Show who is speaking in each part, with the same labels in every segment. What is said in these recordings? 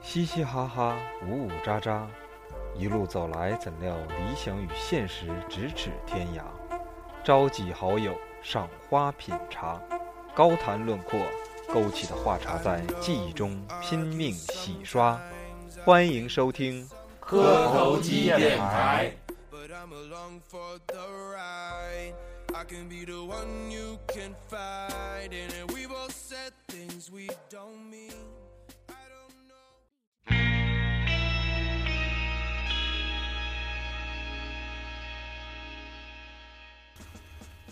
Speaker 1: 嘻嘻哈哈，呜呜喳喳，一路走来，怎料理想与现实咫尺天涯。召集好友，赏花品茶，高谈论阔，勾起的话茬在记忆中拼命洗刷。欢迎收听
Speaker 2: 磕头机电台。
Speaker 3: But I'm along for the ride. I can be the one you can find. And then we both said things we don't mean. I don't know.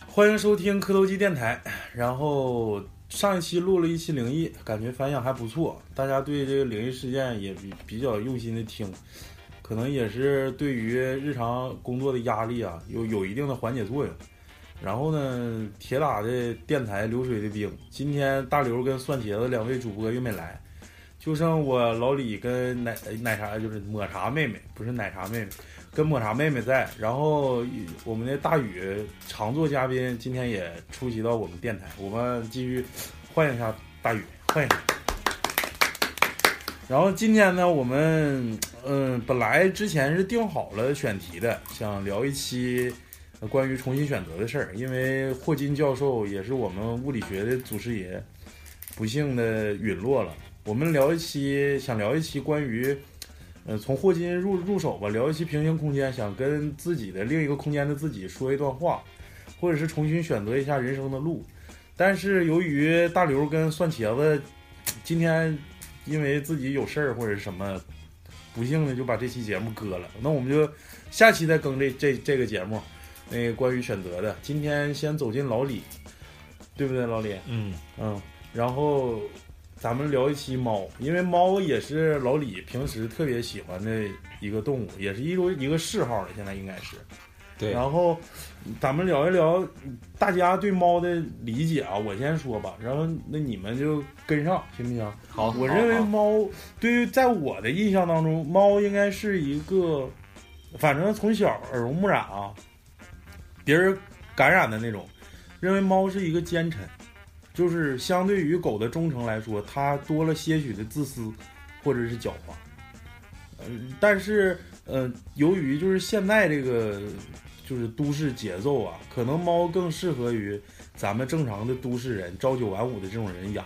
Speaker 2: 欢迎收听磕头机电台。然后上一期录了一期灵异，感觉反响还不错，大家对这个灵异事件也比比较用心的听，可能也是对于日常工作的压力啊有有一定的缓解作用。然后呢，铁打的电台流水的兵，今天大刘跟蒜茄子两位主播又没来，就剩我老李跟奶哎奶茶就是抹茶妹妹，不是奶茶妹妹，跟抹茶妹妹在，然后我们的大宇常做嘉宾，今天也出席到我们电台，我们继续欢迎一下大宇，欢迎他。然后今天呢，我们嗯、本来之前是定好了选题的，想聊一期呃关于重新选择的事儿，因为霍金教授也是我们物理学的祖师爷，不幸的陨落了。我们聊一期，想聊一期关于呃，从霍金入入手吧，聊一期平行空间，想跟自己的另一个空间的自己说一段话，或者是重新选择一下人生的路。但是由于大刘跟蒜茄子今天因为自己有事儿或者是什么不幸的，就把这期节目搁了。那我们就下期再更这这这个节目，那个关于选择的。今天先走进老李，对不对，老李？
Speaker 1: 嗯，
Speaker 2: 嗯，然后咱们聊一期猫，因为猫也是老李平时特别喜欢的一个动物，也是一个一个嗜好了，现在应该是。
Speaker 1: 对
Speaker 2: 然后咱们聊一聊大家对猫的理解啊，我先说吧，然后那你们就跟上，行不行？
Speaker 1: 好
Speaker 2: 我认为猫对于在我的印象当中，猫应该是一个，反正从小耳濡目染啊，别人感染的那种，认为猫是一个奸臣，就是相对于狗的忠诚来说，它多了些许的自私或者是狡猾。嗯、但是呃，由于就是现在这个就是都市节奏啊，可能猫更适合于咱们正常的都市人朝九晚五的这种人养。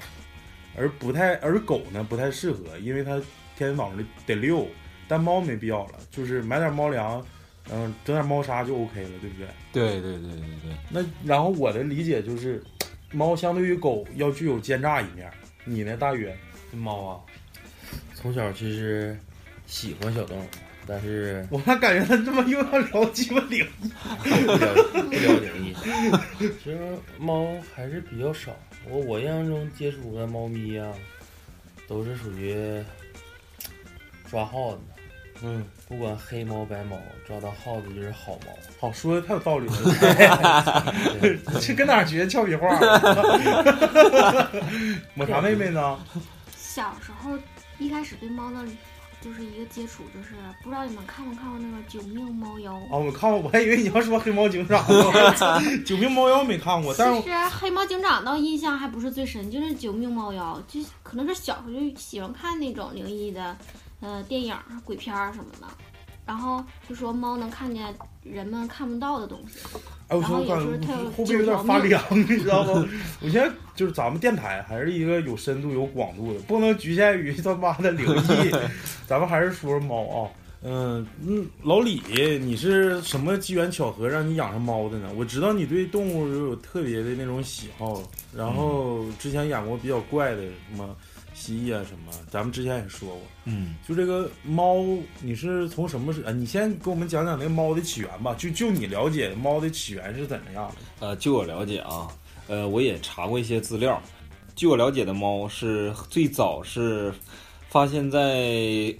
Speaker 2: 而不太而狗呢不太适合，因为它天天早上得遛，但猫没必要了，就是买点猫粮，嗯，整点猫砂就 OK 了，对不对？
Speaker 4: 对对对对对，
Speaker 2: 那然后我的理解就是，猫相对于狗要具有奸诈一面，你呢，大宇？
Speaker 5: 猫啊，从小其实喜欢小动物，但 是
Speaker 2: 我咋感觉他这么又要聊鸡巴灵？
Speaker 5: 不了不了解意思。其实猫还是比较少，我我印象中接触的猫咪啊，都是属于抓耗子的，
Speaker 2: 嗯，
Speaker 5: 不管黑猫白猫，抓到耗子就是好猫。
Speaker 2: 好，说的太有道理 了，
Speaker 5: 对
Speaker 2: 这搁哪儿学俏皮话？ 抹茶妹妹呢？
Speaker 6: 小时候一开始对猫的，就是一个接触，就是不知道你们看没看过那个《九命猫妖》。
Speaker 2: 啊，我看过，我还以为你要说黑猫警长呢， 九命猫妖没看过，但是
Speaker 6: 其实黑猫警长倒印象还不是最深，就是《九命猫妖》，就可能是小时候就喜欢看那种灵异的，呃，电影儿、鬼片儿什么的。然后就说猫能看见人们看不到的东 西，
Speaker 2: 哎，我说我
Speaker 6: 然
Speaker 2: 感
Speaker 6: 后有时候
Speaker 2: 觉
Speaker 6: 它有
Speaker 2: 会不会有点发 凉，你知道吗？我现在就是咱们电台还是一个有深度、有广度的，不能局限于他妈的 灵异。咱们还是说猫啊，嗯嗯，老李，你是什么机缘巧合让你养上猫的呢？我知道你对动物有特别的那种喜好，然后
Speaker 6: 嗯
Speaker 2: 之前养过比较怪的什么蜥蜴啊什么，咱们之前也说过。
Speaker 4: 嗯，
Speaker 2: 就这个猫，你是从什么时？啊，你先给我们讲讲那个猫的起源吧。就就你了解猫的起源是怎么样的？
Speaker 4: 呃，据我了解啊，呃，我也查过一些资料，据我了解的猫是最早是发现在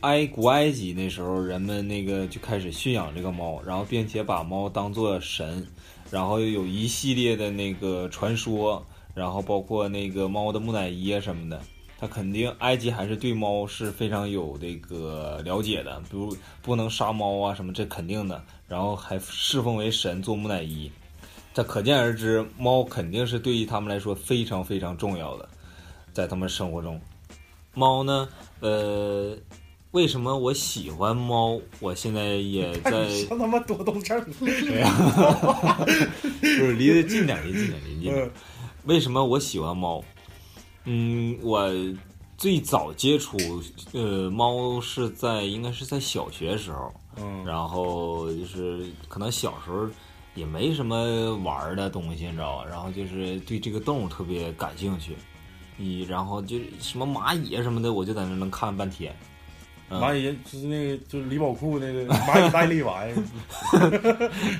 Speaker 4: 埃古埃及那时候，人们那个就开始驯养这个猫，然后并且把猫当做神，然后有一系列的那个传说，然后包括那个猫的木乃伊啊什么的。它肯定，埃及还是对猫是非常有这个了解的，比如不能杀猫啊什么，这肯定的。然后还侍奉为神，做木乃伊。这可见而知，猫肯定是对于他们来说非常非常重要的，在他们生活中。猫呢，呃，为什么我喜欢猫？我现在也 在，
Speaker 2: 哎你像他妈多动症，
Speaker 4: 就是离得近点儿，离近点儿，离近点儿。
Speaker 2: 嗯
Speaker 4: 为什么我喜欢猫？嗯，我最早接触呃猫是在应该是在小学时候，
Speaker 2: 嗯，
Speaker 4: 然后就是可能小时候也没什么玩儿的东西，你知道吧？然后就是对这个动物特别感兴趣，你然后就是什么蚂蚁啊什么的，我就在那能看半天。嗯
Speaker 2: 蚂蚁就是那个就是李宝库那个蚂蚁大力 丸，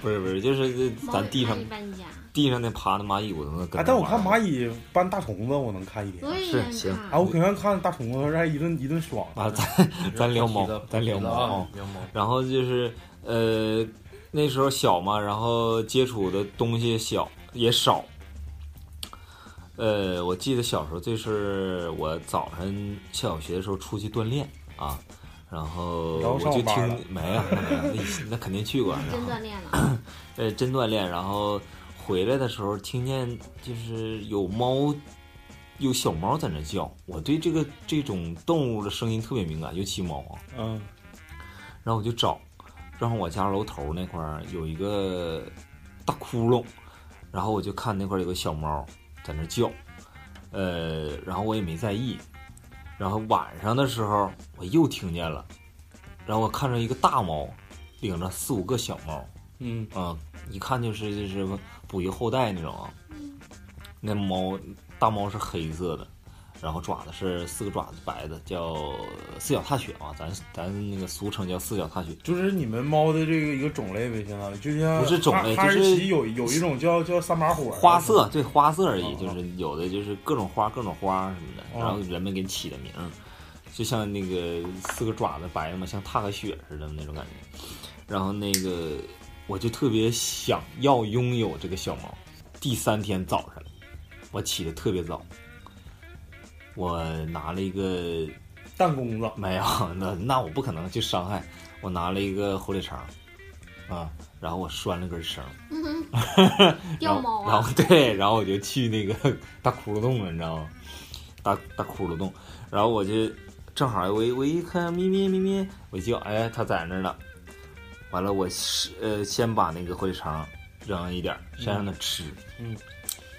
Speaker 4: 不是不是，就是这
Speaker 6: 猫
Speaker 4: 咱地上
Speaker 6: 一搬家，
Speaker 4: 地上那爬的蚂蚁，我都能跟着玩儿。
Speaker 2: 哎，但我看蚂蚁搬大虫子，我能看一点。
Speaker 6: 我也
Speaker 4: 是
Speaker 6: 想
Speaker 4: 行
Speaker 2: 啊，
Speaker 6: 看。
Speaker 2: 我可能看大虫子，还一顿一顿爽。
Speaker 4: 啊，咱 咱聊猫
Speaker 5: 不提了，
Speaker 4: 咱聊
Speaker 5: 不提
Speaker 4: 猫
Speaker 5: 了
Speaker 4: 啊
Speaker 5: 啊。，聊猫。
Speaker 4: 然后就是呃，那时候小嘛，然后接触的东西小也少。呃，我记得小时候就是我早晨小学的时候出去锻炼啊，然后
Speaker 2: 然后
Speaker 4: 我
Speaker 2: 上
Speaker 4: 就
Speaker 2: 班
Speaker 4: 听
Speaker 2: 了
Speaker 4: 没有，没有那那肯定去 过，然
Speaker 6: 真
Speaker 4: 后
Speaker 6: 锻炼 了，
Speaker 4: 呃，真锻炼，然后回来的时候听见就是有猫，有小猫在那叫。我对这个这种动物的声音特别敏感，尤其猫啊。
Speaker 2: 嗯，
Speaker 4: 然后我就找，然后我家楼头那块儿有一个大窟窿，然后我就看那块儿有个小猫在那叫，呃，然后我也没在意。然后晚上的时候我又听见了，然后我看着一个大猫领着四五个小猫。
Speaker 2: 嗯，
Speaker 4: 啊，一看就是就是捕鱼后代那种啊。那猫大猫是黑色的，然后爪子是四个爪子白的，叫四脚踏雪啊，咱咱那个俗称叫四脚踏雪。
Speaker 2: 就是你们猫的这个一个种类呗，相当于就像
Speaker 4: 不是种类
Speaker 2: 哈哈士
Speaker 4: 就是
Speaker 2: 奇有有一种叫叫三把火
Speaker 4: 花色，对花色而
Speaker 2: 哦
Speaker 4: 已，
Speaker 2: 哦
Speaker 4: 就是有的就是各种花各种花什么的，
Speaker 2: 哦
Speaker 4: 然后人们给你起的名儿，就像那个四个爪子白嘛，像踏个雪似的那种感觉。然后那个我就特别想要拥有这个小猫。第三天早上，我起的特别早，我拿了一个
Speaker 2: 弹弓子，
Speaker 4: 没有，那那我不可能去伤害，我拿了一个火腿肠，啊，然后我拴了根绳。
Speaker 6: 嗯哼，
Speaker 4: 然
Speaker 6: 掉
Speaker 4: 后
Speaker 6: 猫
Speaker 4: 然
Speaker 6: 啊，
Speaker 4: 后 对，然后我就去那个 大窟窿洞了，你知道吗？大大窟窿洞，然后我就正好我一我一看咪咪咪咪，我一叫哎，它在那儿呢。完了，我是呃先把那个火腿肠扔一点儿，先让它吃。
Speaker 2: 嗯，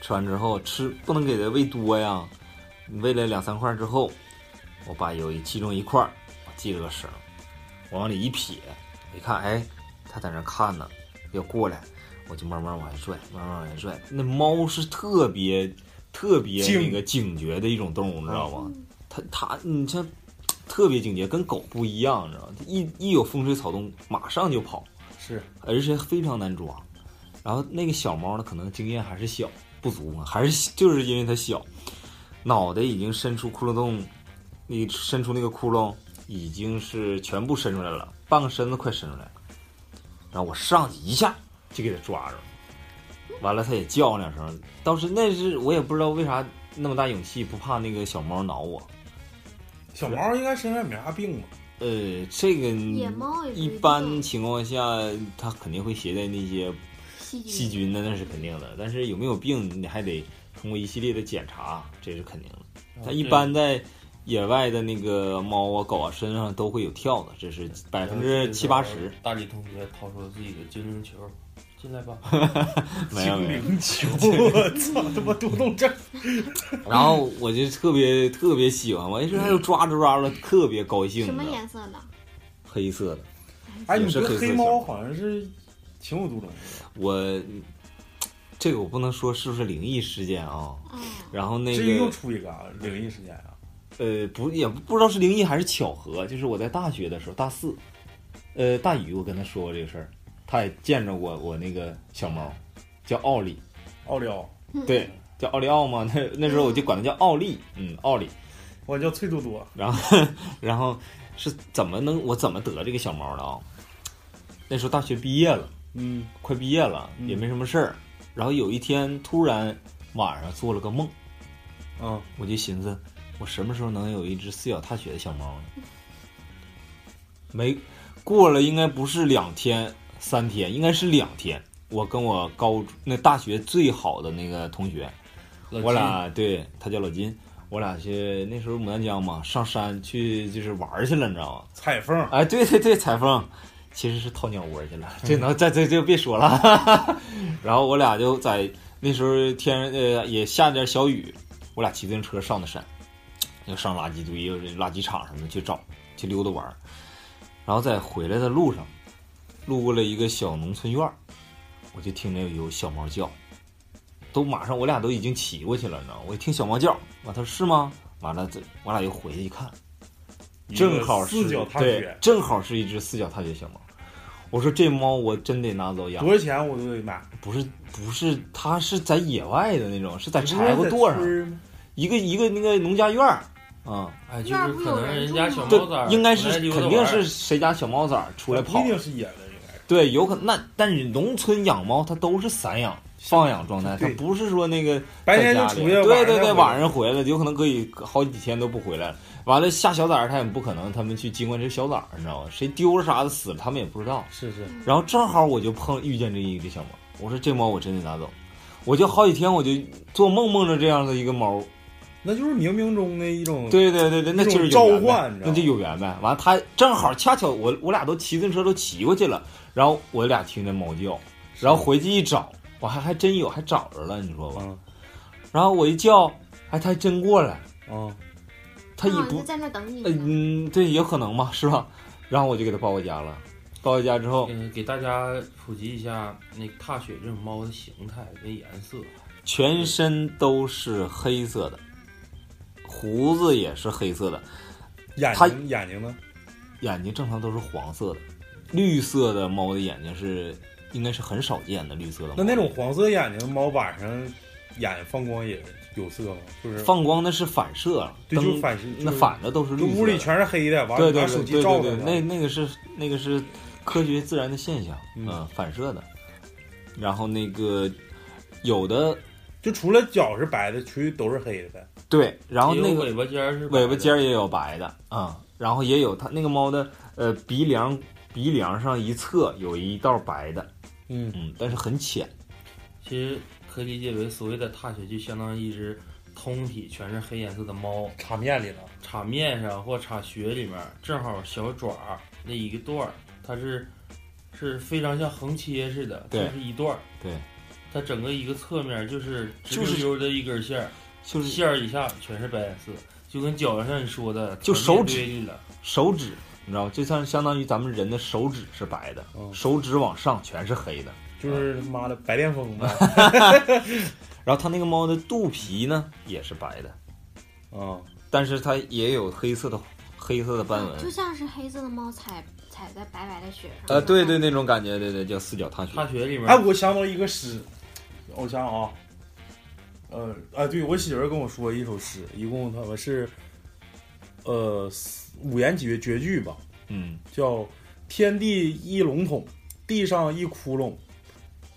Speaker 4: 吃完之后吃不能给它喂多呀，你喂了两三块儿之后，我把有一其中一块儿我系了个绳儿，我往里一撇，一看哎，它在那儿看呢，要过来。我就慢慢往下拽，慢慢往下拽。那猫是特别特别
Speaker 2: 静
Speaker 4: 那个警觉的一种动物，你知道吗？
Speaker 6: 嗯
Speaker 4: 它它你像嗯特别警觉，跟狗不一样，你知道吗？一一有风吹草动，马上就跑，
Speaker 2: 是
Speaker 4: 而且非常难抓。然后那个小猫呢，可能经验还是小不足嘛，还是就是因为它小，脑袋已经伸出窟窿洞，那伸出那个窟窿已经是全部伸出来了，半个身子快伸出来了。然后我上去一下就给它抓着了，完了它也叫两声。当时那是我也不知道为啥那么大勇气，不怕那个小猫挠我。
Speaker 2: 小猫应该身上也没啥病吧？
Speaker 4: 呃，这个
Speaker 6: 野猫也不
Speaker 4: 一
Speaker 6: 定
Speaker 4: 般情况下，它肯定会携带那些
Speaker 6: 细菌
Speaker 4: 细菌的那是肯定的，但是有没有病你还得通过一系列的检查，这是肯定的。
Speaker 2: 哦
Speaker 4: 它一般在野外的那个猫啊、狗啊身上都会有跳的，这是百分之七八十。。
Speaker 5: 大李同学掏出了自己的精灵球，进来吧。
Speaker 4: 没有没有。
Speaker 2: 灵球，我操他妈多 动症！
Speaker 4: 然后我就特别特别喜欢，我一说哎呦抓着抓着，特别高兴。
Speaker 6: 什么
Speaker 4: 你知道吗
Speaker 6: 颜色的？
Speaker 4: 黑色的。
Speaker 2: 哎，
Speaker 4: 也
Speaker 2: 你
Speaker 4: 是
Speaker 2: 这
Speaker 4: 黑色
Speaker 2: 黑
Speaker 4: 小
Speaker 2: 猫
Speaker 4: 猫
Speaker 2: 好像是情有独钟，
Speaker 4: 我这个我不能说是不是灵异事件啊。
Speaker 6: 嗯，
Speaker 4: 然后那
Speaker 2: 这又
Speaker 4: 个
Speaker 2: 出一个啊灵异事件啊！
Speaker 4: 呃，不也不知道是灵异还是巧合，就是我在大学的时候，大四，呃，大宇我跟他说过这个事儿，他也见着过我那个小猫，叫奥利，
Speaker 2: 奥利奥，
Speaker 4: 对，叫奥利奥嘛，那那时候我就管他叫奥利，嗯，奥利，
Speaker 2: 我叫翠多多，
Speaker 4: 然后然后是怎么能我怎么得这个小猫的啊？那时候大学毕业了，
Speaker 2: 嗯，
Speaker 4: 快毕业了，
Speaker 2: 嗯
Speaker 4: 也没什么事儿，然后有一天突然晚上做了个梦。
Speaker 2: 啊，
Speaker 4: 我就寻思，我什么时候能有一只四脚踏雪的小猫呢？没过了，应该不是两天、三天，应该是两天。我跟我高那大学最好的那个同学，我俩对他叫老金，我我俩去那时候牡丹江嘛，上山去就是玩儿去了，你知道吗？
Speaker 2: 彩凤
Speaker 4: 哎，对对对，采风其实是掏鸟窝去了，这能这这就别说了。 然后我俩就在那时候天呃也下点小雨，我俩骑自行车上的山，又上垃圾堆、又是垃圾场什么的去找去溜达玩儿。然后在回来的路上，路过了一个小农村院儿，我就听着有小猫叫，都马上我俩都已经骑过去了，你知道吗？我一听小猫叫，完他说是吗？完了这我俩又回去一看。正好是
Speaker 2: 四脚踏
Speaker 4: 对
Speaker 2: 雪，，
Speaker 4: 正好是一只四脚踏雪小猫。我说这猫我真得拿走养
Speaker 2: 多，少钱我都得买。
Speaker 4: 不是不是，它是在野外的那种，是在
Speaker 2: 你不
Speaker 4: 柴
Speaker 2: 是
Speaker 4: 火
Speaker 2: 在
Speaker 4: 垛
Speaker 2: 村
Speaker 4: 上
Speaker 2: 儿吗
Speaker 4: 一个一个那个农家院儿啊，
Speaker 5: 哎，就
Speaker 6: 院儿
Speaker 5: 是
Speaker 6: 不
Speaker 5: 可
Speaker 6: 有
Speaker 5: 能
Speaker 6: 人
Speaker 5: 人
Speaker 6: 住
Speaker 5: 家
Speaker 6: 吗
Speaker 5: 小
Speaker 4: 对
Speaker 5: 猫崽儿，
Speaker 4: 应该是
Speaker 5: 回来溜达
Speaker 4: 肯定
Speaker 5: 玩儿
Speaker 4: 是谁家小猫崽儿出来
Speaker 2: 不
Speaker 4: 跑
Speaker 2: 一，定是野的，应该是
Speaker 4: 对，有可那但是农村养猫它都是散养放养状态，它
Speaker 2: 对
Speaker 4: 不是说那个
Speaker 2: 白
Speaker 4: 在
Speaker 2: 天就
Speaker 4: 家里
Speaker 2: 出去，
Speaker 4: 对对对，晚
Speaker 2: 晚
Speaker 4: 上回来有可能可以好几天都不回来了。完了下小崽儿，他也不可能他们去经过这小崽儿，你知道吗？谁丢了啥的死了，他们也不知道。
Speaker 5: 是是，
Speaker 4: 然后正好我就碰遇见这一只小猫，我说这猫我真得拿走，我就好几天我就做梦梦着这样的一个猫，
Speaker 2: 那就是冥冥中的一嗯种
Speaker 4: 对对对对，那就是有缘呗
Speaker 2: 召唤你知道
Speaker 4: 那
Speaker 2: 吗
Speaker 4: 就有缘呗。完了，它正好恰巧我我俩都骑自行车都骑过去了，然后我俩听见猫叫，然后回去一找，我还还真有，还找着了，你说吧。
Speaker 2: 嗯
Speaker 4: 然后我一叫，哎，它还真过来，
Speaker 2: 啊，
Speaker 4: 它一
Speaker 6: 啊
Speaker 4: 不
Speaker 6: 就在那儿等你
Speaker 4: 呃
Speaker 6: 呢。
Speaker 4: 嗯，对，有可能嘛，是吧？然后我就给它抱回家了，抱回家之后，
Speaker 5: 嗯，给大家普及一下那个踏雪这种猫的形态跟颜色。
Speaker 4: 全身都是黑色的，胡子也是黑色的，
Speaker 2: 眼
Speaker 4: 它
Speaker 2: 睛眼睛呢？
Speaker 4: 眼睛正常都是黄色的，绿色的猫的眼睛是应该是很少见的绿色的猫。
Speaker 2: 那那种黄色眼睛的猫晚上眼放光也有色吗？就是
Speaker 4: 放光那是反射，
Speaker 2: 对，就
Speaker 4: 灯
Speaker 2: 是反射，
Speaker 4: 那
Speaker 2: 就是
Speaker 4: 反的都是绿色的。
Speaker 2: 屋里全是黑的，完
Speaker 4: 对
Speaker 2: 了
Speaker 4: 对
Speaker 2: 拿
Speaker 4: 对
Speaker 2: 手
Speaker 4: 对
Speaker 2: 机照
Speaker 4: 对
Speaker 2: 着
Speaker 4: 对，那那个是那个是科学自然的现象，
Speaker 2: 嗯
Speaker 4: 呃反射的。然后那个有的
Speaker 2: 就除了脚是白的，其余都是黑的呗。
Speaker 4: 对，然后
Speaker 5: 也有
Speaker 4: 那个
Speaker 5: 尾巴尖儿是白
Speaker 4: 尾
Speaker 5: 的
Speaker 4: 巴尖儿也有白的啊、然后也有它那个猫的呃鼻梁鼻梁上一侧有一道白的，
Speaker 2: 嗯，
Speaker 4: 嗯，但是很浅，
Speaker 5: 其实可以理解为所谓的踏雪，就相当于一只通体全是黑颜色的猫，
Speaker 2: 插面里了，
Speaker 5: 插面上或插雪里面，正好小爪儿那一个段儿，它是是非常像横切似的，就
Speaker 4: 对
Speaker 5: 是一段儿。
Speaker 4: 对，
Speaker 5: 它整个一个侧面就是直
Speaker 4: 就是
Speaker 5: 溜溜的一根线儿，
Speaker 4: 就是
Speaker 5: 线儿以下全是白颜色，就跟脚上你说的
Speaker 4: 就手指
Speaker 5: 堆里了。
Speaker 4: 手指，你知道吗，就像相当于咱们人的手指是白的，
Speaker 2: 嗯
Speaker 4: 手指往上全是黑的。
Speaker 2: 就是他妈的白癜 风呗。
Speaker 4: 然后它那个猫的肚皮呢也是白的，
Speaker 2: 啊，
Speaker 4: 但是它也有黑色的黑色的斑
Speaker 6: 就
Speaker 4: 纹。
Speaker 6: 像是黑色的猫踩踩在白白的雪上。
Speaker 4: 呃，对对，，那种感觉，对对，叫四角踏雪。
Speaker 5: 踏雪里面，
Speaker 2: 哎，我想到一个诗，我想想啊，呃，啊，对我媳妇儿跟我说一首诗，一共他们是，呃，四五言绝绝句吧，
Speaker 4: 嗯，
Speaker 2: 叫“天地一笼统，地上一窟窿，